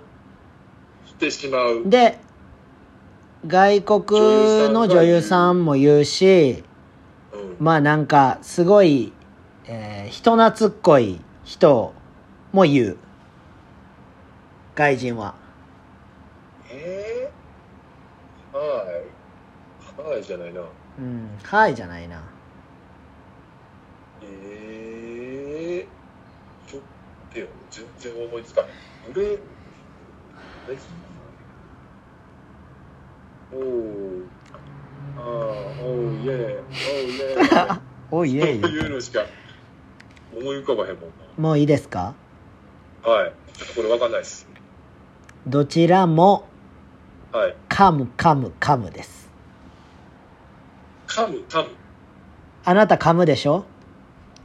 Speaker 2: してしまう
Speaker 1: で外国の女優さんも言うし
Speaker 2: うん
Speaker 1: まあなんかすごい、えー人懐っこい人も言う外人は
Speaker 2: えー、はいはいじゃないな
Speaker 1: うんはいじゃないな
Speaker 2: ええちょっとよ全然思いつかない俺おおああおうイェーイおうイェー
Speaker 1: おい
Speaker 2: イ
Speaker 1: えい
Speaker 2: そういうのしか思い浮かばへんもん
Speaker 1: もういいですか
Speaker 2: なはいちょっとこれわかんないです
Speaker 1: どちらも
Speaker 2: はい
Speaker 1: 噛む噛む噛むです
Speaker 2: 噛む噛む
Speaker 1: あなた噛むでしょ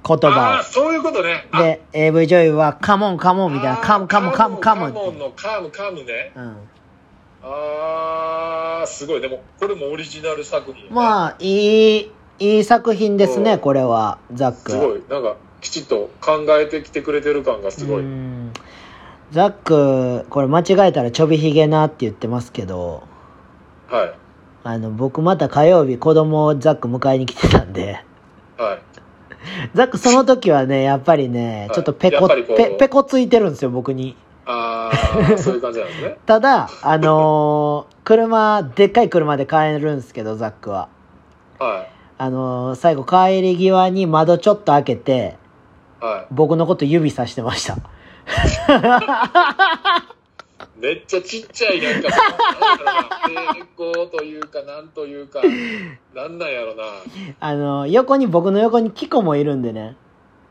Speaker 1: 言
Speaker 2: ああー
Speaker 1: 葉
Speaker 2: そういうことね
Speaker 1: をで AV 女優はカモンカモンみたいな
Speaker 2: カ
Speaker 1: 噛む
Speaker 2: ム
Speaker 1: 噛
Speaker 2: カ
Speaker 1: む
Speaker 2: ム
Speaker 1: 噛
Speaker 2: カ
Speaker 1: む
Speaker 2: ム
Speaker 1: 噛
Speaker 2: カ
Speaker 1: むっ
Speaker 2: ムカム
Speaker 1: て
Speaker 2: のカムカムね
Speaker 1: うん
Speaker 2: ああすごいでもこれもオリジナル作品、ね、
Speaker 1: まあいいいい作品です
Speaker 2: う
Speaker 1: ね
Speaker 2: ん
Speaker 1: これはザック
Speaker 2: すごいなんかきちっと考えてきてくれてる感がすごい、
Speaker 1: うんザックこれ間違えたらちょびひげなって言ってますけど
Speaker 2: は
Speaker 1: あの僕また火曜日子供をザック迎えに来てたんで (laughs)
Speaker 2: いはい
Speaker 1: ザックその時はねやっぱりね
Speaker 2: はい
Speaker 1: ちょっとペ
Speaker 2: や
Speaker 1: コ
Speaker 2: っぱりこう
Speaker 1: ペペコついてるんですよ僕に
Speaker 2: あ
Speaker 1: (laughs)
Speaker 2: あそういう感じなんですね
Speaker 1: ただあのー車でっかい車で帰るんですけどザックは
Speaker 2: は
Speaker 1: あのー最後帰り際に窓ちょっと開けて
Speaker 2: いは
Speaker 1: 僕のこと指さしてました (laughs)
Speaker 2: いめっちゃちっちゃいなんか抵抗というかなんというかなんなんやろな
Speaker 1: あのー横に僕の横にキコもいるんでね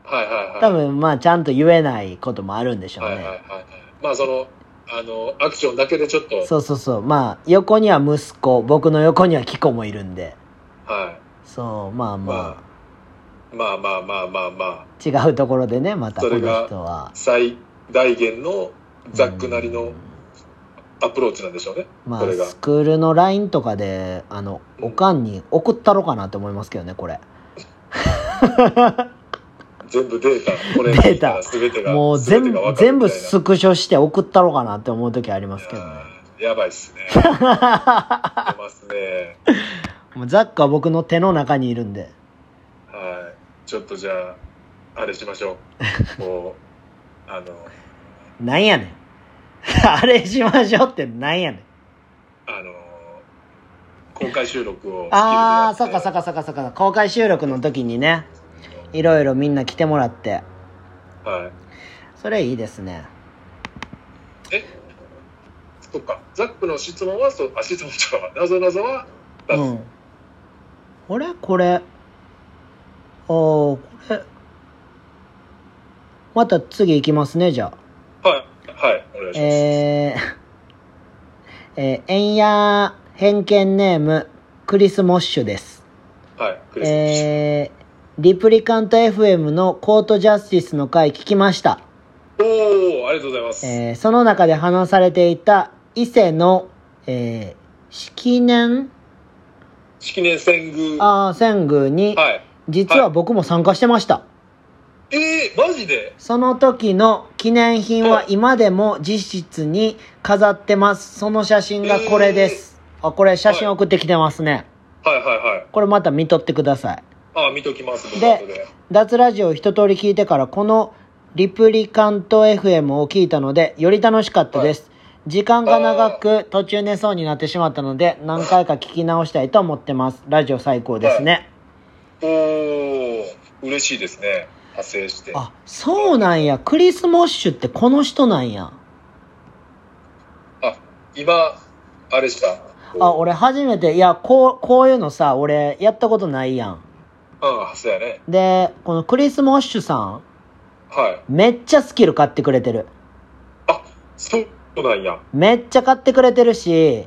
Speaker 2: はいはいはい。
Speaker 1: 多分まあちゃんと言えないこともあるんでしょうね、
Speaker 2: はいはいはいはい。まあその、あの、アクションだけでちょっと、
Speaker 1: そうそうそうまあ横には息子僕の横にはキコもいるんで
Speaker 2: は
Speaker 1: そうまあ
Speaker 2: い。
Speaker 1: まあ、
Speaker 2: まあ、まあまあまあまあまあ、
Speaker 1: 違うところでねまたこ
Speaker 2: そ
Speaker 1: の
Speaker 2: れ
Speaker 1: 人
Speaker 2: が
Speaker 1: は
Speaker 2: 最大限のザックなり
Speaker 1: う
Speaker 2: の
Speaker 1: ん
Speaker 2: アプローチなんでしょうね。
Speaker 1: まあ
Speaker 2: それが
Speaker 1: スクールの LINE とかであの
Speaker 2: うん
Speaker 1: おかんに送ったろかなって思いますけどねこれ
Speaker 2: 全部データ、これ
Speaker 1: データ
Speaker 2: 全てが、
Speaker 1: もう全
Speaker 2: 全てが
Speaker 1: 部
Speaker 2: 分かる
Speaker 1: 全
Speaker 2: み
Speaker 1: 部
Speaker 2: たいな
Speaker 1: スクショして送ったろかなって思う時ありますけどね
Speaker 2: いやーやばいっすね。出ますね。
Speaker 1: もうザックは僕の手の中にいるんで
Speaker 2: はい。ちょっとじゃあ、あれしましょ
Speaker 1: (laughs)
Speaker 2: う。もう、あの、
Speaker 1: なんやねん (laughs) あれしましょうってなんやねん
Speaker 2: あの、公開収録を。
Speaker 1: ああそっかそっ
Speaker 2: っ
Speaker 1: かそっかそっか公開収録の時にねいろいろみんな来てもらって
Speaker 2: か。はい。
Speaker 1: それいいですね
Speaker 2: えそっか。ザックの質問は、そうあ、質問ちゃうわ。なぞなぞは、出す
Speaker 1: うんあれこれああこれまた次行きますねじゃあ
Speaker 2: はい。はい。お願いします。
Speaker 1: えー、えー、エンヤー偏見ネームクリス・モッシュです
Speaker 2: はい。クリスマス。
Speaker 1: えー、リプリカント FM のコートジャスティスの回聞きました
Speaker 2: おおありがとうございます。
Speaker 1: えーその中で話されていた伊勢の、えー式年
Speaker 2: 式年遷宮。は
Speaker 1: あー遷宮に、
Speaker 2: い。
Speaker 1: 実は僕も参加してました、
Speaker 2: えー、マジで
Speaker 1: その時の記念品は今でも実質に飾ってますその写真がこれです、あこれ写真送ってきてますね、
Speaker 2: はいはいはい。
Speaker 1: これまた見とってください
Speaker 2: あ、見ときます、僕
Speaker 1: で
Speaker 2: 後で。
Speaker 1: 脱ラジオを一通り聞いてからこのリプリカント FM を聞いたのでより楽しかったです、時間が長く途中寝そうになってしまったので何回か聞き直したいと思ってますラジオ最高ですね、
Speaker 2: おお嬉しいですね。派生して。
Speaker 1: あそうなんやクリス・モッシュってこの人なんや
Speaker 2: あ、今、あれした。
Speaker 1: あ俺初めていやこうこういうのさ俺やったことないやん
Speaker 2: うん、そうやね。
Speaker 1: でこのクリス・モッシュさ
Speaker 2: はい。
Speaker 1: んめっちゃスキル買ってくれてる
Speaker 2: あ、そうなんや。
Speaker 1: めっちゃ買ってくれてるし、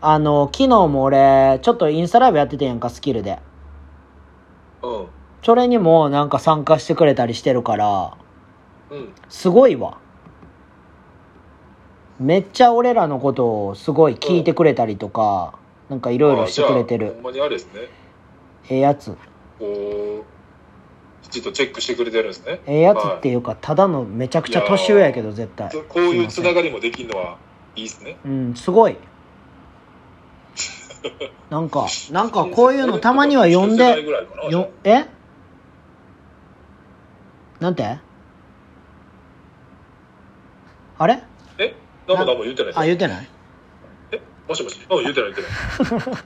Speaker 1: あの、昨日も俺、ちょっとインスタライブやっててんやんか、スキルで。
Speaker 2: うん。
Speaker 1: それにもなんか参加してくれたりしてるから、
Speaker 2: うん。
Speaker 1: すごいわ。めっちゃ俺らのことをすごい聞いてくれたりとか、なんかいろいろしてくれて
Speaker 2: あじゃあほ
Speaker 1: る
Speaker 2: ん。まにあれですね。
Speaker 1: ええやつ。
Speaker 2: こう、きちっとチェックしてくれてるんですね。
Speaker 1: ええやつっていうか、ただのめちゃくちゃ年上やけど、絶対。
Speaker 2: こういう
Speaker 1: す
Speaker 2: つ
Speaker 1: いませ
Speaker 2: なんがりもできるのはいいですね。
Speaker 1: うん、すごい。なんか、なんかこういうのたまには呼ん
Speaker 2: 世代
Speaker 1: で、
Speaker 2: ぐらいかな
Speaker 1: よえなんてあれ
Speaker 2: え何も何も言ってない
Speaker 1: あ
Speaker 2: です
Speaker 1: 言ってない
Speaker 2: えもしもしうん言ってない言ってない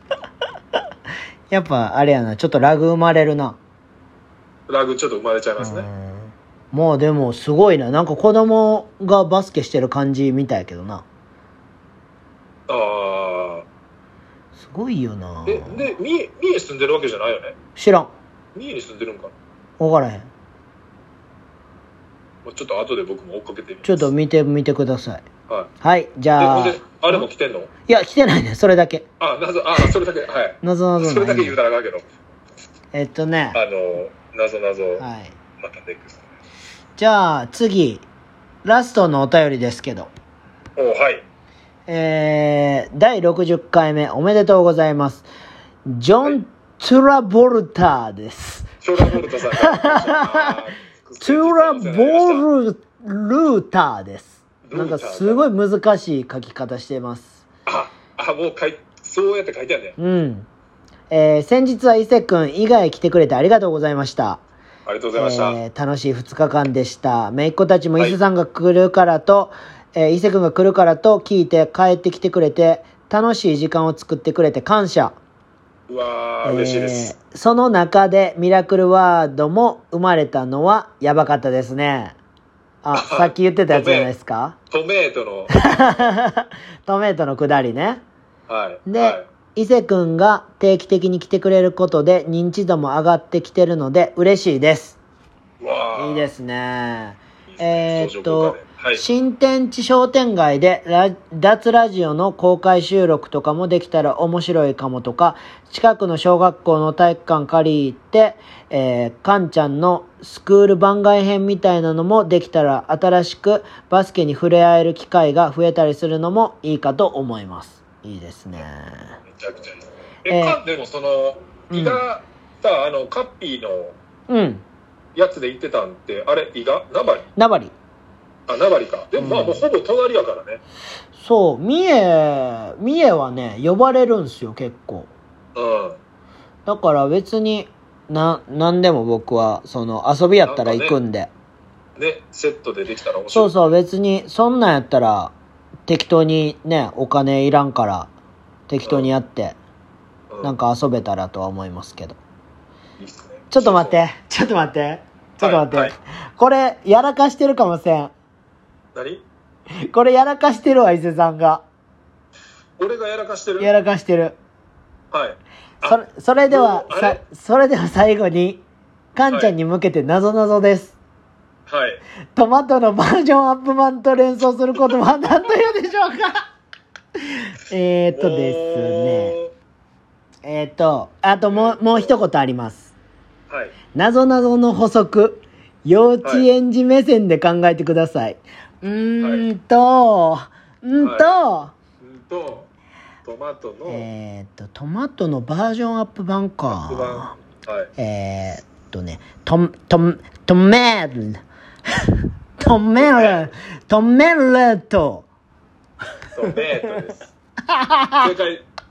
Speaker 1: やっぱあれやなちょっとラグ生まれるな、
Speaker 2: ラグちょっと生まれちゃいます
Speaker 1: う
Speaker 2: ね
Speaker 1: んもうでもすごいななんか子供がバスケしてる感じみたいやけどな
Speaker 2: あ
Speaker 1: すごいよな
Speaker 2: あえで三重三重住んでるわけじゃないよね
Speaker 1: 知らん
Speaker 2: 三重に住んでるんかな
Speaker 1: 分からへん
Speaker 2: もうちょっと後で僕も追っかけてみます
Speaker 1: ちょっと見てみてください
Speaker 2: は
Speaker 1: はいじゃあ
Speaker 2: いでほん
Speaker 1: い
Speaker 2: であれも来てんの
Speaker 1: や来てないねそれだけ
Speaker 2: あ謎あそれだけはい
Speaker 1: なぞなぞ
Speaker 2: それだけ言うたらあかんけど
Speaker 1: えっとね
Speaker 2: あの謎謎
Speaker 1: はい
Speaker 2: またネックス
Speaker 1: じゃあ次ラストのお便りですけど
Speaker 2: おはい
Speaker 1: えー、第60回目おめでとうございます。ジョン・トゥラボルターです。
Speaker 2: ショーラーボルトさん
Speaker 1: (laughs) ト
Speaker 2: が
Speaker 1: ゥラボルルーターです。なんかすごい難しい書き方してます。
Speaker 2: ああもう書いそうやって書いてあるね
Speaker 1: うん。えー、先日は伊勢くん以外来てくれてありがとうございました。
Speaker 2: ありがとうございました
Speaker 1: えー楽しい2日間でした。めいっ子たちも伊勢さんが来るからと、えー伊勢くんが来るからと聞いて帰ってきてくれて、楽しい時間を作ってくれて感謝。
Speaker 2: うわー嬉しいです
Speaker 1: えーその中でミラクルワードも生まれたのはやばかったですね。
Speaker 2: (laughs)
Speaker 1: あ、さっき言ってたやつじゃないですか。 (laughs)
Speaker 2: トメイトの
Speaker 1: トメイトのくだり (laughs) ね。
Speaker 2: はい
Speaker 1: で、
Speaker 2: はい
Speaker 1: 伊勢くんが定期的に来てくれることで認知度も上がってきてるので嬉しいです。
Speaker 2: うわあー
Speaker 1: いいですね。
Speaker 2: いいですね
Speaker 1: えーっと
Speaker 2: 相乗効果ではい、
Speaker 1: 新天地商店街でラ脱ラジオの公開収録とかもできたら面白いかもとか近くの小学校の体育館借りて、えー、かんちゃんのスクール番外編みたいなのもできたら新しくバスケに触れ合える機会が増えたりするのもいいかと思いますいいですね
Speaker 2: めちゃくちゃいい。
Speaker 1: え
Speaker 2: え、
Speaker 1: ー
Speaker 2: かでもその、
Speaker 1: うん
Speaker 2: 伊賀、さ、あの、カッピーの
Speaker 1: うん
Speaker 2: やつで行ってたんって、あれ、伊賀名張
Speaker 1: ナバリ
Speaker 2: あ、名張か。でもまあ、
Speaker 1: うん
Speaker 2: もうほぼ隣やからね。
Speaker 1: そう三重三重はね呼ばれるんですよ結構
Speaker 2: うん。
Speaker 1: だから別にな何でも僕はその遊びやったら行くんで
Speaker 2: ね、セットでできたら面
Speaker 1: そ
Speaker 2: 白
Speaker 1: う
Speaker 2: い。
Speaker 1: そう別にそんなんやったら適当にねお金いらんから適当にやって
Speaker 2: うん
Speaker 1: なんか遊べたらとは思いますけど
Speaker 2: いいっすね
Speaker 1: ちょっと待ってちょっと待ってちょっと待って、
Speaker 2: はいはい
Speaker 1: これやらかしてるかもせん
Speaker 2: 何
Speaker 1: これやらかしてるわ伊勢さんが
Speaker 2: 俺がやらかしてる
Speaker 1: やらかしてる
Speaker 2: はい。あ
Speaker 1: それそれでは
Speaker 2: もうあ
Speaker 1: さ
Speaker 2: れ
Speaker 1: それでは最後にカンちゃんに向けてなぞなぞです、
Speaker 2: はい。
Speaker 1: トマトのバージョンアップ版と連想する言葉は何というでしょうか (laughs) えーっとですね。えーっと、あともう、もう一言あります。
Speaker 2: おー。はい。
Speaker 1: なぞなぞの補足。幼稚園児目線で考えてください。うーんと、うんと、
Speaker 2: うんと、トマトの
Speaker 1: えーっと、トマトのバージョンアップ版
Speaker 2: 黒板。は
Speaker 1: か。
Speaker 2: い。
Speaker 1: えーっとね、トン、トン、トメル、 (laughs) トメル、トメルと。(laughs)
Speaker 2: トメートです。正解、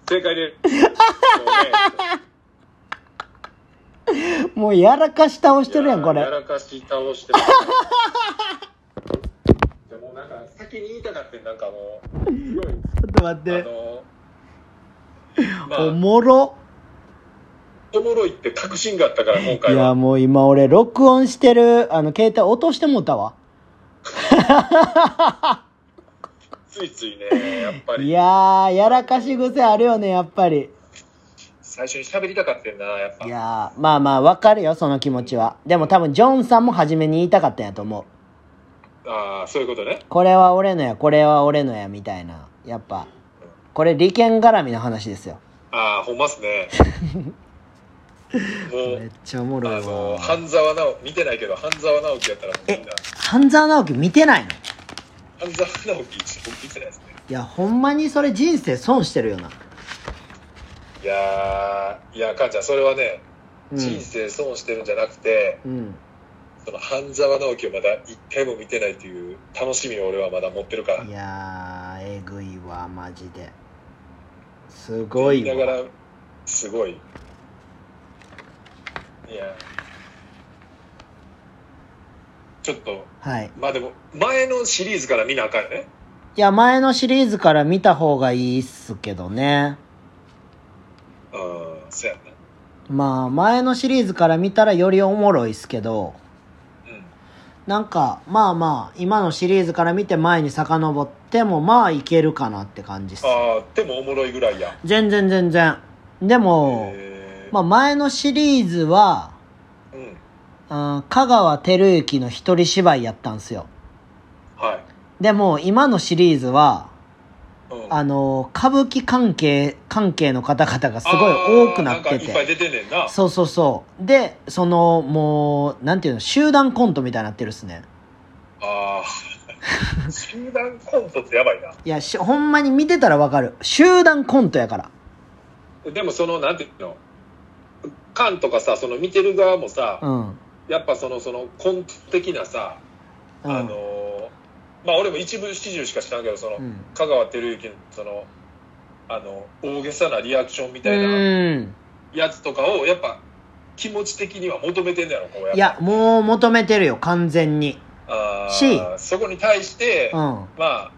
Speaker 2: 正解です。トメート
Speaker 1: もうやらかし倒してるやん、こ
Speaker 2: や
Speaker 1: れ。
Speaker 2: らかし倒し
Speaker 1: (laughs)
Speaker 2: てます。でもなんか先に言いたかってなんかもうすごい
Speaker 1: ちょっと待っ
Speaker 2: あ
Speaker 1: て。
Speaker 2: のまあ
Speaker 1: おもろ。
Speaker 2: おもろいって確信があったから今
Speaker 1: い
Speaker 2: 回
Speaker 1: や、
Speaker 2: は
Speaker 1: もう今俺、録音してる、あの、携帯落としてもうたわ。
Speaker 2: ついついねやっぱ
Speaker 1: い
Speaker 2: り
Speaker 1: やー、やらかし癖あるよね、やっぱり。
Speaker 2: 最初に喋りたかったんなやっぱ
Speaker 1: いやー、まあまあ、わかるよ、その気持ちは。でも多分、ジョンさんも初めに言いたかったんやと思う。
Speaker 2: ああそういうことね
Speaker 1: これは俺のや、これは俺のや、みたいな。やっぱ、これ、利権絡みの話ですよ。
Speaker 2: ああほんまっ
Speaker 1: (laughs)
Speaker 2: すねも
Speaker 1: めっ
Speaker 2: う
Speaker 1: ちゃおもろ
Speaker 2: あ
Speaker 1: い
Speaker 2: の
Speaker 1: わ。
Speaker 2: 半沢直樹見てないけど半沢直樹やったらみんな
Speaker 1: 半沢直樹見てないのい
Speaker 2: 半沢直樹一応見てないですね
Speaker 1: や、ほんまにそれ人生損してるよな。
Speaker 2: いやーいやかんちゃんそれはね、
Speaker 1: うん
Speaker 2: 人生損してるんじゃなくて
Speaker 1: うん。
Speaker 2: その半沢直樹をまだ一回も見てないっていう楽しみを俺はまだ持ってるから
Speaker 1: いやーえぐいわマジですごい
Speaker 2: だか
Speaker 1: わ
Speaker 2: らすごいいやちょっと
Speaker 1: はい
Speaker 2: まあでも前のシリーズから見なあかんよね
Speaker 1: いや前のシリーズから見た方がいいっすけどね
Speaker 2: うんそうやな
Speaker 1: まあ前のシリーズから見たらよりおもろいっすけど
Speaker 2: うん
Speaker 1: なんかまあまあ今のシリーズから見て前に遡ってもまあいけるかなって感じっす
Speaker 2: ああでもおもろいぐらいや
Speaker 1: 全然全然でも
Speaker 2: へー
Speaker 1: まあ前のシリーズは
Speaker 2: うん
Speaker 1: うん香川照之の一人芝居やったんすよ
Speaker 2: はい
Speaker 1: でも今のシリーズは
Speaker 2: うん
Speaker 1: あの歌舞伎関係関係の方々がすごい多くなっ
Speaker 2: あー
Speaker 1: て
Speaker 2: んかいっぱい
Speaker 1: て
Speaker 2: 出てんねんな
Speaker 1: そうそうそうでそのもうなんていうの集団コントみたいになってるっすね
Speaker 2: ああ集団コントってやばいない
Speaker 1: やしほんまに見てたらわかる集団コントやから
Speaker 2: でもそのなんていうの缶とかさその見てる側もさ、
Speaker 1: うんうん
Speaker 2: やっぱそのそのコント的なさ、あのーまあ俺も一部始終しか知らんけどその、
Speaker 1: うん
Speaker 2: 香川照之のそのあの大げさなリアクションみ
Speaker 1: う
Speaker 2: たいなんやつとかをやっぱ気持ち的には求めてんねやろこうやっぱ
Speaker 1: いやもう求めてるよ完全に
Speaker 2: あー
Speaker 1: し
Speaker 2: そこに対して、
Speaker 1: うん
Speaker 2: まあ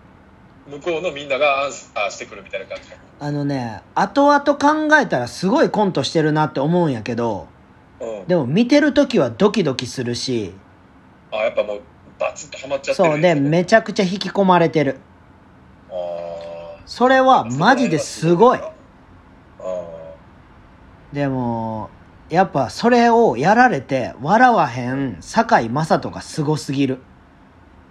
Speaker 2: 向こうのみんながアンサーしてくるみたいな感じ
Speaker 1: あのね後々考えたらすごいコントしてるなって思うんやけど
Speaker 2: うん
Speaker 1: でも見てる時はドキドキするし
Speaker 2: あやっぱもうバツッとハマっちゃってる
Speaker 1: そうでめちゃくちゃ引き込まれてる
Speaker 2: あ
Speaker 1: それは
Speaker 2: ー
Speaker 1: マジですごい
Speaker 2: あ
Speaker 1: でもやっぱそれをやられて笑わへん堺井雅人がすごすぎる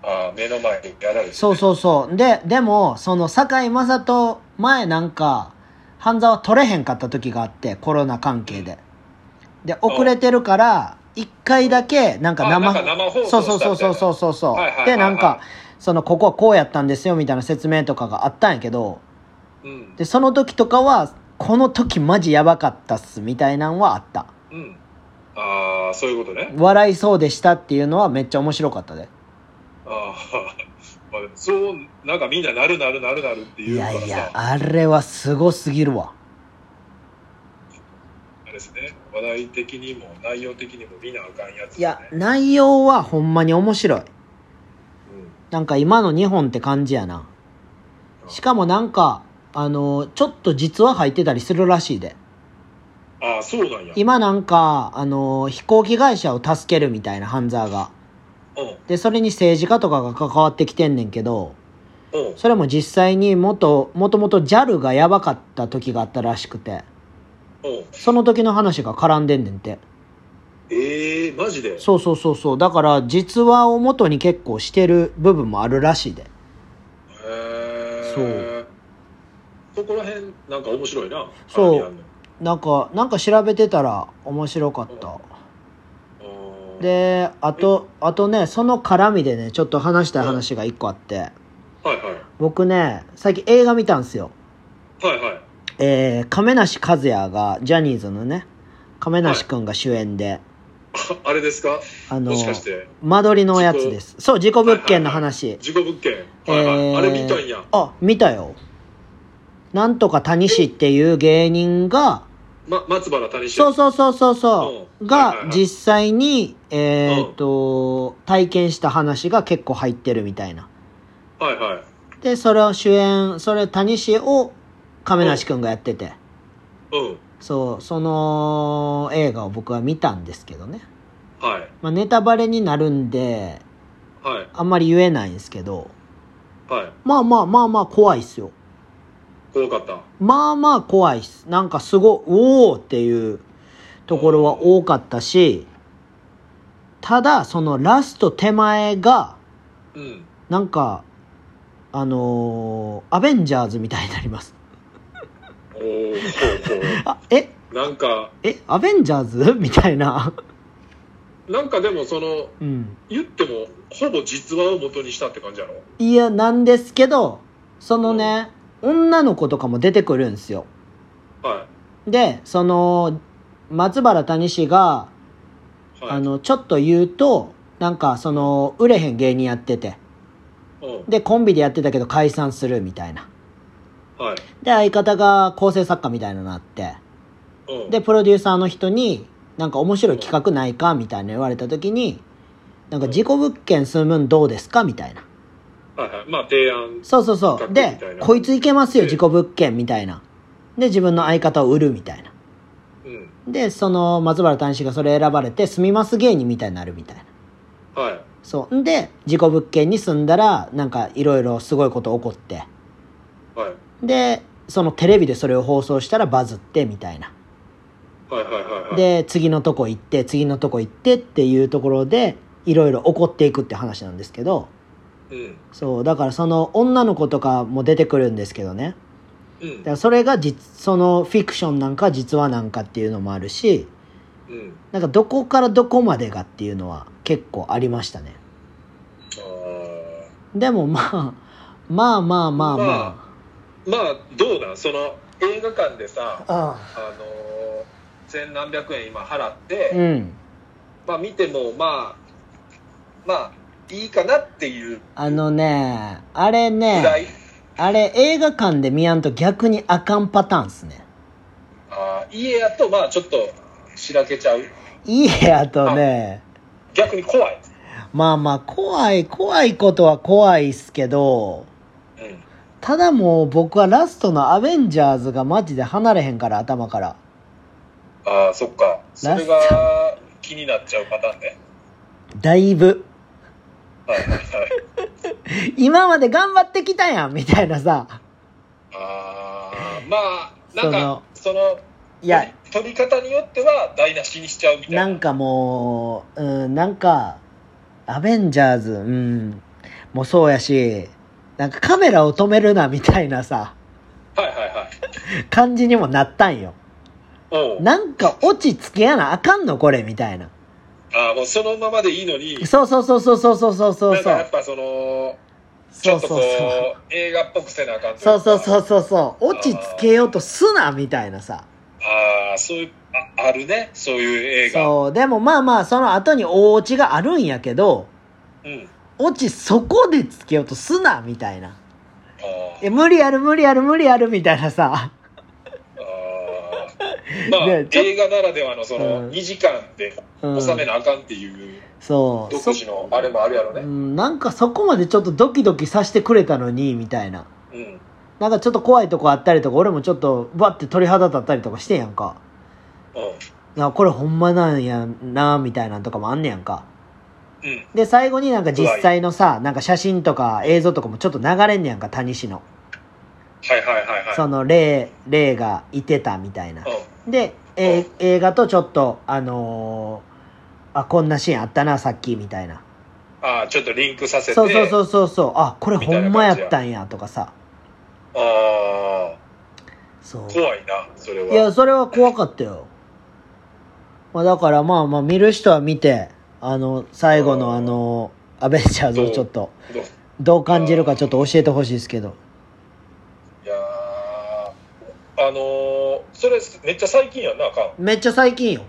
Speaker 2: ああ、目の前にやられて。
Speaker 1: そうそうそうででもその堺井雅人前なんか半沢取れへんかった時があってコロナ関係でで遅れてるから一回だけなんか
Speaker 2: あ
Speaker 1: 生
Speaker 2: なんか生放送した
Speaker 1: そう
Speaker 2: みた
Speaker 1: そ
Speaker 2: いうな
Speaker 1: そうそうそうそうそう
Speaker 2: はいはいはいはい
Speaker 1: でなんかそのここはこうやったんですよみたいな説明とかがあったんやけど
Speaker 2: うん。
Speaker 1: でその時とかはこの時マジやばかったっすみたいなんはあった
Speaker 2: うん。ああ、そういうことね。
Speaker 1: 笑いそうでしたっていうのはめっちゃ面白かったで
Speaker 2: ああ、 (laughs) まあ、そう、なんかみんななるなるなるなるって
Speaker 1: い
Speaker 2: いうから
Speaker 1: や
Speaker 2: さ、
Speaker 1: いやあれはすごすぎるわ
Speaker 2: あれですね。話題的にも内容的にも見なあかんやつ、ね。
Speaker 1: いや内容はほんまに面白い
Speaker 2: うん。
Speaker 1: なんか今の日本って感じやなしかもなんかあのちょっと実は入ってたりするらしいで
Speaker 2: ああ、そうなんや。
Speaker 1: 今なんかあの飛行機会社を助けるみたいなハンザーが
Speaker 2: うん。
Speaker 1: でそれに政治家とかが関わってきてんねんけど
Speaker 2: うん。
Speaker 1: それも実際に元もともと JAL がやばかった時があったらしくて
Speaker 2: うん。
Speaker 1: その時の話が絡んでんねんて
Speaker 2: ええマジで。
Speaker 1: そうそうそうそうだから実話を元に結構してる部分もあるらしいで
Speaker 2: へえ。
Speaker 1: そう。
Speaker 2: そこら辺、なんか面白いな。
Speaker 1: そう
Speaker 2: 絡み
Speaker 1: なんかなんか調べてたら面白かった
Speaker 2: あんのうん、
Speaker 1: であとあとねその絡みでねちょっと話したい話が一個あって
Speaker 2: はいはい。
Speaker 1: 僕ね最近映画見たんすよ
Speaker 2: はいはい。
Speaker 1: えー亀梨和也がジャニーズのね亀梨くんが主演で、
Speaker 2: ああれですか
Speaker 1: あの
Speaker 2: もしかして、
Speaker 1: 間取りのやつですそう事故物件の話
Speaker 2: 事故物件。はいはい。
Speaker 1: えー
Speaker 2: あれ見たんや。
Speaker 1: あ見たよなんとか谷氏っていう芸人が
Speaker 2: ま、松原谷氏。
Speaker 1: そうそうそうそうそう
Speaker 2: うんはいはい
Speaker 1: が
Speaker 2: はい
Speaker 1: 実際にえ
Speaker 2: う
Speaker 1: っ
Speaker 2: ん
Speaker 1: と体験した話が結構入ってるみたいな
Speaker 2: はいはい。
Speaker 1: でそれを主演それ谷氏を亀梨くんがやってて
Speaker 2: うん。
Speaker 1: そうその映画を僕は見たんですけどね
Speaker 2: はい。
Speaker 1: まあ、ネタバレになるんで、
Speaker 2: はい。
Speaker 1: あんまり言えないんですけど、
Speaker 2: はい。
Speaker 1: まあまあまあまあ怖いっすよ。
Speaker 2: 怖かった。
Speaker 1: まあまあ怖いっす。なんかすごい、おおっていうところは多かったし、ただ、そのラスト手前が、
Speaker 2: うん。
Speaker 1: なんか、あのーアベンジャーズみたいになります。
Speaker 2: おーそう
Speaker 1: あ、え
Speaker 2: そうなんか、
Speaker 1: えアベンジャーズ (laughs) みたいな。
Speaker 2: なんかでもその、
Speaker 1: うん。
Speaker 2: 言っても、ほぼ実話を元にしたって感じやろ
Speaker 1: いや、なんですけど、そのね、女の子とかも出てくるんですよ。
Speaker 2: は
Speaker 1: でその松原谷氏が、
Speaker 2: い。はい。
Speaker 1: あ、のちょっと言うとなんかその売れへん芸人やってて
Speaker 2: うん。
Speaker 1: でコンビでやってたけど解散するみたいな
Speaker 2: はい。
Speaker 1: で相方が構成作家みたいなのあって
Speaker 2: うん。
Speaker 1: でプロデューサーの人になんか面白い企画ないかみたいな言われた時になんか事故物件住むんどうですかみたいな
Speaker 2: はいはい。まあ、提案。
Speaker 1: そうそうそうでこいついけますよ事故物件みたいなで自分の相方を売るみたいな
Speaker 2: うん。
Speaker 1: でその松原谷氏がそれ選ばれて住みます芸人みたいになるみたいな
Speaker 2: はい。
Speaker 1: そうんで事故物件に住んだらなんかいろいろすごいこと起こって
Speaker 2: はい。
Speaker 1: でそのテレビでそれを放送したらバズってみたいな
Speaker 2: はいはいはいはい。
Speaker 1: で次のとこ行って次のとこ行ってっていうところでいろいろ起こっていくって話なんですけど
Speaker 2: うん。
Speaker 1: そうだからその女の子とかも出てくるんですけどね
Speaker 2: うん
Speaker 1: だからそれが実そのフィクションなんか実話なんかっていうのもあるし
Speaker 2: うん。
Speaker 1: なんかどこからどこまでがっていうのは結構ありましたね
Speaker 2: ああ。
Speaker 1: でもまあまあまあまあま
Speaker 2: ままあ、どうなんその、映画館でさ、
Speaker 1: あ、ああ
Speaker 2: あのー千何百円今払って、
Speaker 1: うん。
Speaker 2: まあ見てもまあまあいいかなっていう
Speaker 1: あのね、あれ
Speaker 2: ぐらい、
Speaker 1: ね、あれ映画館で見やんと逆にあかんパターンっすね。
Speaker 2: あー家やとまあちょっとしらけちゃう
Speaker 1: いいやとね、
Speaker 2: 逆に怖い、
Speaker 1: まあまあ怖い、怖いことは怖いっすけど、
Speaker 2: うん、
Speaker 1: ただもう僕はラストのアベンジャーズがマジで離れへんから頭から。
Speaker 2: ああそっかそれが気になっちゃうパターンね
Speaker 1: だいぶ、
Speaker 2: はいはいはい
Speaker 1: 今まで頑張ってきたやんみたいなさ。
Speaker 2: ああまあなんかその
Speaker 1: いや、
Speaker 2: 取り方によっては台無しにしちゃうみたい
Speaker 1: な
Speaker 2: な
Speaker 1: んかもう、うん、なんか、アベンジャーズ、うん、もそうやし、なんかカメラを止めるなみたいなさ、
Speaker 2: はいはいはい
Speaker 1: 感じにもなったんよ。
Speaker 2: おう
Speaker 1: なんか落ち着けやなあかんのこれみたいな。
Speaker 2: ああもうそのままでいいのに
Speaker 1: そうそうそうそうそうそうそうそう
Speaker 2: なんか
Speaker 1: そ
Speaker 2: やっ
Speaker 1: う。
Speaker 2: ぱそのち
Speaker 1: そ
Speaker 2: ょ
Speaker 1: う
Speaker 2: っと
Speaker 1: そ
Speaker 2: こ
Speaker 1: う
Speaker 2: う
Speaker 1: そう。
Speaker 2: 映画っぽくせなあかんとい
Speaker 1: そう
Speaker 2: か
Speaker 1: そうそうそうそう。落ち着けようとすなみたいなさ。
Speaker 2: ああそういうああるねそういう映画
Speaker 1: そう。でもまあまあ、その後に大落ちがあるんやけど、
Speaker 2: うん
Speaker 1: 落ちそこでつけようとすなみたいな。
Speaker 2: あー
Speaker 1: え、無理ある無理ある無理あるみたいなさ。
Speaker 2: あーまあ
Speaker 1: ねちょっと
Speaker 2: 映画ならではのその
Speaker 1: うん
Speaker 2: 2時間で
Speaker 1: うん。
Speaker 2: 収めなあかんっていう
Speaker 1: そう。
Speaker 2: 独自のあれもあるやろ
Speaker 1: う
Speaker 2: ね
Speaker 1: ん、なんかそこまでちょっとドキドキさせてくれたのにみたいな
Speaker 2: うん
Speaker 1: なんかちょっと怖いとこあったりとか俺もちょっとバッて鳥肌立ったりとかしてんやんか
Speaker 2: う
Speaker 1: いやこれほんまなんやなみたいなんとかもあんねやんか
Speaker 2: んうん
Speaker 1: で最後になんか実際のさなんか写真とか映像とかもちょっと流れんねやんか谷氏の、
Speaker 2: はいはいはいはい
Speaker 1: その霊霊がいてたみたいな
Speaker 2: うん
Speaker 1: で、えー映画とちょっとあのーあこんなシーンあったなさっきみたいな
Speaker 2: ああちょっとリンクさせて
Speaker 1: そうそうそうそうそうあこれほんまやったんやとかさ
Speaker 2: あ
Speaker 1: そう
Speaker 2: あ怖いなそれはい
Speaker 1: や、それは怖かったよ。まあ、だからまあまあ、見る人は見て、あの、最後の
Speaker 2: あー
Speaker 1: あの、アベンジャーズをちょっと、
Speaker 2: どう
Speaker 1: どう感じるかちょっと教えてほしいですけど。
Speaker 2: いやーあのーそれめっちゃ最近やんなあかん
Speaker 1: めっちゃ最近よ。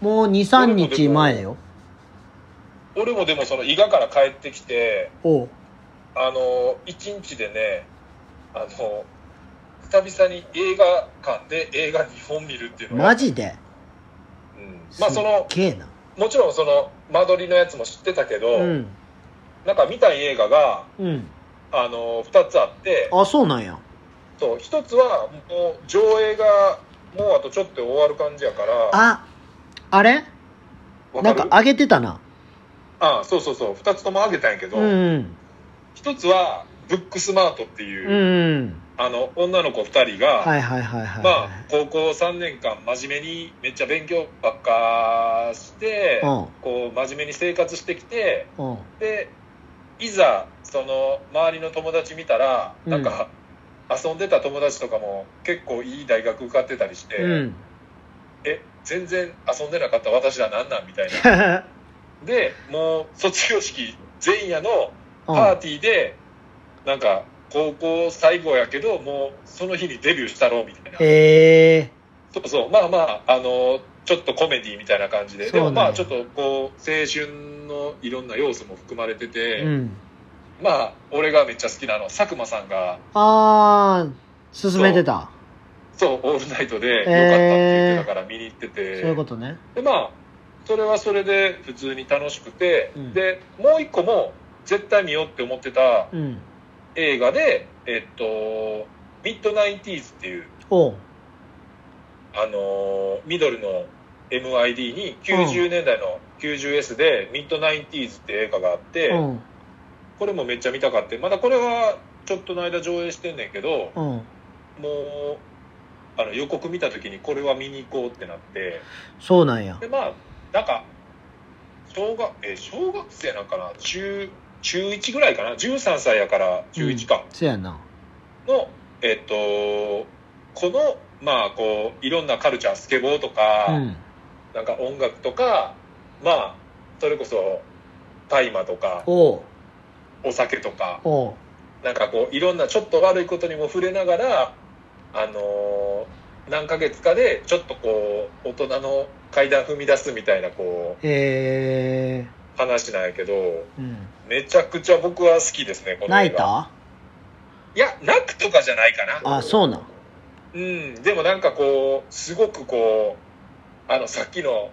Speaker 1: もう2、3日前よ。
Speaker 2: 俺もでもその伊賀から帰ってきて
Speaker 1: おう
Speaker 2: あのー一日でねあのー久々に映画館で映画2本見るっていうのが
Speaker 1: マジで
Speaker 2: うん、まあその
Speaker 1: すっげえな。
Speaker 2: もちろんその間取りのやつも知ってたけど、
Speaker 1: うん。
Speaker 2: なんか見たい映画が
Speaker 1: うん。
Speaker 2: あのー2つあって
Speaker 1: あ、そうなんや。
Speaker 2: そう1つはもう上映がもうあとちょっとで終わる感じやから
Speaker 1: あ、あれ
Speaker 2: わ
Speaker 1: な
Speaker 2: か
Speaker 1: ん
Speaker 2: る
Speaker 1: かあげてたな。
Speaker 2: あそうそうそう2つともあげたんやけど、
Speaker 1: うんうん。
Speaker 2: 一つはブックスマートっていう、
Speaker 1: うんうん。
Speaker 2: あの女の子2人が、
Speaker 1: はいはいはいはい。
Speaker 2: まあ高校3年間真面目にめっちゃ勉強ばっかして、こう真面目に生活してきて
Speaker 1: うん。うん。
Speaker 2: でいざその周りの友達見たら
Speaker 1: うん
Speaker 2: なんか、遊んでた友達とかも結構いい大学受かってたりして、 (laughs)
Speaker 1: うん。
Speaker 2: え全然遊んでなかった私らなんなんみたいなでもう卒業式前夜のパーティーで、なんか、高校最後やけど、もうその日にデビューしたろうみたいな。
Speaker 1: ええ
Speaker 2: そうそう、まあまあ、あの、ちょっとコメディみたいな感じで、
Speaker 1: そ
Speaker 2: で
Speaker 1: うな
Speaker 2: も
Speaker 1: んや
Speaker 2: まあ、ちょっとこう、青春のいろんな要素も含まれてて、
Speaker 1: うん。
Speaker 2: まあ、俺がめっちゃ好きなあの、佐久間さんが、
Speaker 1: あー、進めてた。
Speaker 2: そう、オールナイトでよかったって言ってたから見に行ってて、
Speaker 1: そういうことね。
Speaker 2: で、まあ、それはそれで普通に楽しくて、
Speaker 1: うん
Speaker 2: で、もう一個も、絶対見ようって思ってた
Speaker 1: うん。
Speaker 2: 映画で、えっと、ミッドナインティーズっていう、
Speaker 1: おう。
Speaker 2: あのーミドルの MID に90年代の 90S でミッドナインティーズって映画があって、
Speaker 1: うん。
Speaker 2: これもめっちゃ見たかってまだこれはちょっとの間上映してんねんけど
Speaker 1: うん。
Speaker 2: もうあの予告見た時にこれは見に行こうってなって
Speaker 1: そうなんや
Speaker 2: で。まあなんか小学,、えー小学生なんかな中中1ぐらいかな13歳やから中1か、
Speaker 1: せやな。
Speaker 2: のえっとこのまあこういろんなカルチャースケボーとか、
Speaker 1: うん。
Speaker 2: なんか音楽とか、まあ、それこそ、大麻とか、
Speaker 1: おう。
Speaker 2: お酒とか、
Speaker 1: おう。
Speaker 2: なんかこう、いろんなちょっと悪いことにも触れながら、あのー何ヶ月かで、ちょっとこう、大人の階段踏み出すみたいな、こ
Speaker 1: え
Speaker 2: う、話なんやけど、
Speaker 1: えうん。
Speaker 2: めちゃくちゃ僕は好きですね、この
Speaker 1: 泣
Speaker 2: 映
Speaker 1: い
Speaker 2: 画。
Speaker 1: た
Speaker 2: いや、泣くとかじゃないかな。
Speaker 1: あ、そうなん。
Speaker 2: うん、でもなんかこう、すごくこう、あの、さっきの、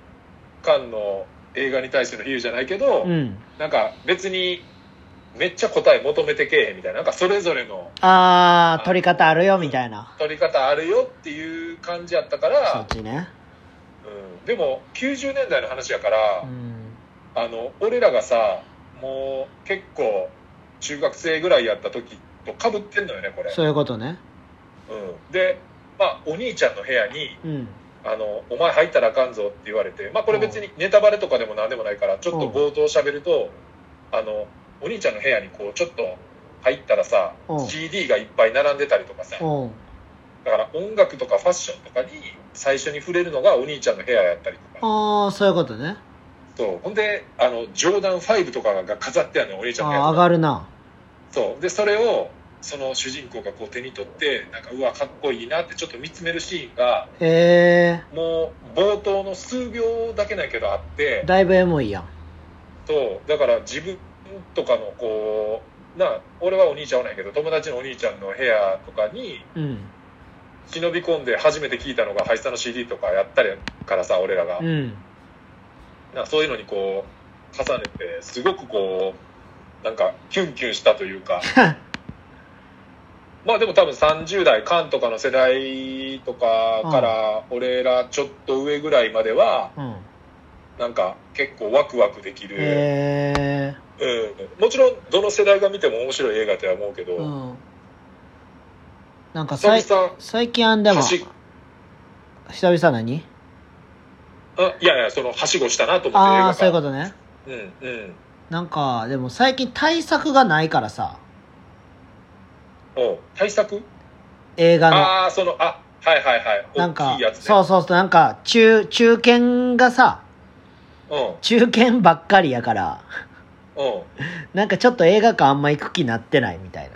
Speaker 2: 菅の映画に対しての比喩じゃないけど、
Speaker 1: うん。
Speaker 2: なんか別にめっちゃ答え求めてけえへんみたいななんかそれぞれの
Speaker 1: あー、取り方あるよ、みたいな。
Speaker 2: 取り方あるよっていう感じやったか
Speaker 1: そっ
Speaker 2: ら、
Speaker 1: ちね。
Speaker 2: うん、でも90年代の話やから、
Speaker 1: うん。
Speaker 2: あの俺らがさもう結構中学生ぐらいやった時とかぶってんのよねこれ、
Speaker 1: そういうことね。
Speaker 2: うん、でまあ、お兄ちゃんの部屋に
Speaker 1: うん
Speaker 2: あの「お前入ったらあかんぞ」って言われて、まあ、これ別にネタバレとかでも何でもないからちょっと冒頭喋るとあのお兄ちゃんの部屋にこうちょっと入ったらさ
Speaker 1: うん
Speaker 2: CD がいっぱい並んでたりとかさ
Speaker 1: うん
Speaker 2: だから音楽とかファッションとかに最初に触れるのがお兄ちゃんの部屋やったりとか
Speaker 1: ああそういうことね
Speaker 2: そうほんであのジョーダン5とかが飾ってあるのお兄ちゃんの部屋
Speaker 1: ああ
Speaker 2: と
Speaker 1: 上
Speaker 2: か
Speaker 1: がるな
Speaker 2: そうでそれをその主人公がこう手に取ってなんかうわかっこいいなってちょっと見つめるシーンが
Speaker 1: え
Speaker 2: もう冒頭の数秒だけないけどあって
Speaker 1: ー、だいぶエモいやん
Speaker 2: そうだから自分とかのこうな俺はお兄ちゃんはないけど友達のお兄ちゃんの部屋とかに
Speaker 1: うん
Speaker 2: 忍び込んで初めて聞いたのがハイスタの CD とかやったりからさ俺らが、
Speaker 1: うん
Speaker 2: なそういうのにこう重ねてすごくこうなんかキュンキュンしたとい
Speaker 1: (laughs)
Speaker 2: うかまあでも多分30代カンとかの世代とかから俺らちょっと上ぐらいまでは
Speaker 1: うん
Speaker 2: なんか結構ワクワクできる、
Speaker 1: え
Speaker 2: うん、もちろんどの世代が見ても面白い映画とは思うけど、
Speaker 1: ー、うんなんか
Speaker 2: 久
Speaker 1: さい
Speaker 2: 々
Speaker 1: 最近あんでも
Speaker 2: 端
Speaker 1: 久々何
Speaker 2: あいやいやそのはしごしたなと思って
Speaker 1: ああそういうこととね
Speaker 2: うんうん
Speaker 1: なんかでも最近対策がないからさ
Speaker 2: おう対策
Speaker 1: 映画の
Speaker 2: ああーそのあはいはいはい
Speaker 1: なん
Speaker 2: 大
Speaker 1: か
Speaker 2: きいやつ、ね、
Speaker 1: そうそうそうなんか中中堅がさ
Speaker 2: う
Speaker 1: 中堅ばっかりやから
Speaker 2: んうん
Speaker 1: なんかちょっと映画館あんま行く気なってないみたい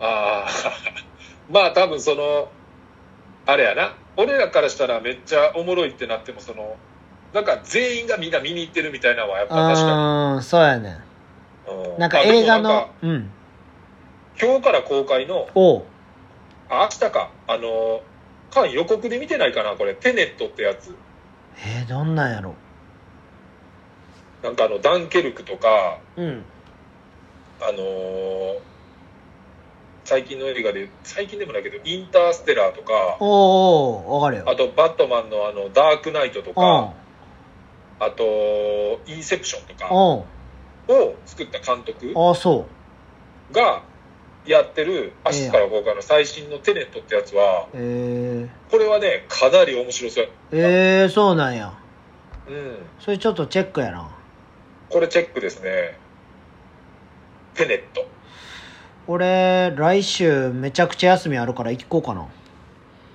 Speaker 1: な
Speaker 2: ああ (laughs) まあ多分そのあれやな俺らからしたらめっちゃおもろいってなってもそのなんか全員がみんな見に行ってるみたいなのはやっぱ確か
Speaker 1: うーんそうやね
Speaker 2: に、うん
Speaker 1: なんか
Speaker 2: あでも
Speaker 1: 映画の
Speaker 2: なんか
Speaker 1: うん
Speaker 2: 今日から公開の
Speaker 1: おう
Speaker 2: あ明日かあの間予告で見てないかなこれテネットってやつ
Speaker 1: えー、どんなんやろ
Speaker 2: なんかあのダンケルクとか
Speaker 1: うん
Speaker 2: あのー最近の映画で最近でもないけどインターステラーとか
Speaker 1: おうおうわかるよ
Speaker 2: あとバットマンのあのダークナイトと
Speaker 1: お
Speaker 2: かあとインセプションとか
Speaker 1: お
Speaker 2: を作った監督
Speaker 1: おああそ
Speaker 2: がやってる明日から公開の最新のテネットってやつは
Speaker 1: うえ
Speaker 2: これはねかなり面白そう
Speaker 1: ー、えー、そうなんや
Speaker 2: うん
Speaker 1: それちょっとチェックやな
Speaker 2: これチェックですねテネット
Speaker 1: 俺来週めちゃくちゃ休みあるから行こうかな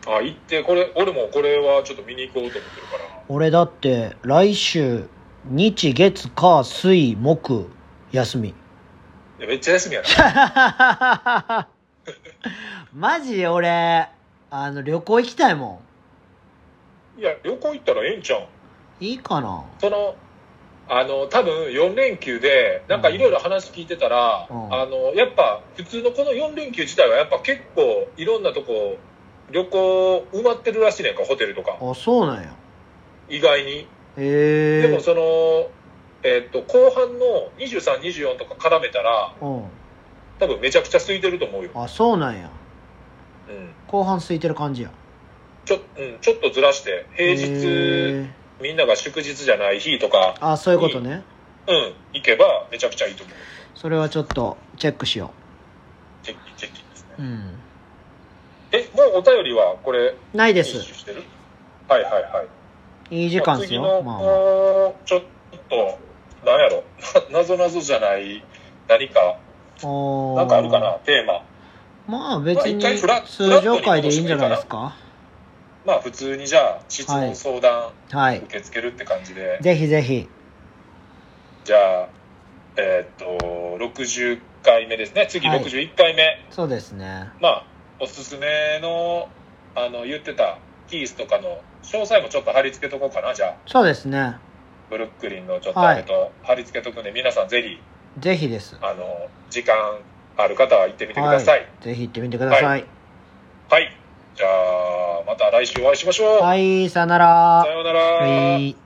Speaker 2: あ行ってこれ俺もこれはちょっと見に行こうと思ってるから
Speaker 1: 俺だって来週日月火水木休み
Speaker 2: いやめっちゃ休みやな
Speaker 1: (laughs) マジ俺あの旅行行きたいも
Speaker 2: いや旅行行ったらええんちゃうん
Speaker 1: んいいかな
Speaker 2: そのあの多分4連休でなんかいろいろ話聞いてたら、
Speaker 1: うん
Speaker 2: あのやっぱ普通のこの4連休自体はやっぱ結構いろんなとこ旅行埋まってるらしいねんかホテルとか
Speaker 1: あそうなんや
Speaker 2: 意外に
Speaker 1: へえ
Speaker 2: でもその、えっと後半の2324とか絡めたら
Speaker 1: う
Speaker 2: 多分めちゃくちゃ空いてると思うよ、
Speaker 1: んあそうなんや
Speaker 2: うん
Speaker 1: 後半空いてる感じや
Speaker 2: ちょうん、ちょっとずらして平
Speaker 1: へ
Speaker 2: 日
Speaker 1: え
Speaker 2: みんなが祝日じゃない日とか、
Speaker 1: あそういうことね
Speaker 2: うん、行けばめちゃくちゃいいと思う
Speaker 1: それはちょっとチェックしよ
Speaker 2: チェッキチェッキですね
Speaker 1: ううん
Speaker 2: えもうお便りはこれ
Speaker 1: ないで
Speaker 2: 編
Speaker 1: す
Speaker 2: 集してるはいはいはい
Speaker 1: いい時間です
Speaker 2: 次
Speaker 1: よ
Speaker 2: の、
Speaker 1: まあまあ
Speaker 2: こうちょっとなんやろ (laughs) なぞなぞじゃない何か
Speaker 1: おー
Speaker 2: なんかあるかなテーマ
Speaker 1: まあ別に
Speaker 2: まあ一回フラ
Speaker 1: 通常会でいいんじゃないですか
Speaker 2: まあ普通にじゃあ質
Speaker 1: はい
Speaker 2: 問相談
Speaker 1: はい
Speaker 2: 受け付けるって感じで、
Speaker 1: (laughs) ぜひぜひ
Speaker 2: じゃあえーっと60回目ですね次
Speaker 1: はい
Speaker 2: 61回目、
Speaker 1: そうですね
Speaker 2: まあおすすめのあの言ってたキースとかの詳細もちょっと貼り付けとこうかなじゃあ
Speaker 1: そうですね
Speaker 2: ブルックリンのちょっと
Speaker 1: はい
Speaker 2: あれと貼り付けとくんで、皆さんぜひ
Speaker 1: ぜひです
Speaker 2: あの時間ある方は行ってみてください
Speaker 1: ぜひ行ってみてください
Speaker 2: はい、じゃあまた来週お会いしましょう、
Speaker 1: はい、さよなら
Speaker 2: さようなら、
Speaker 1: はい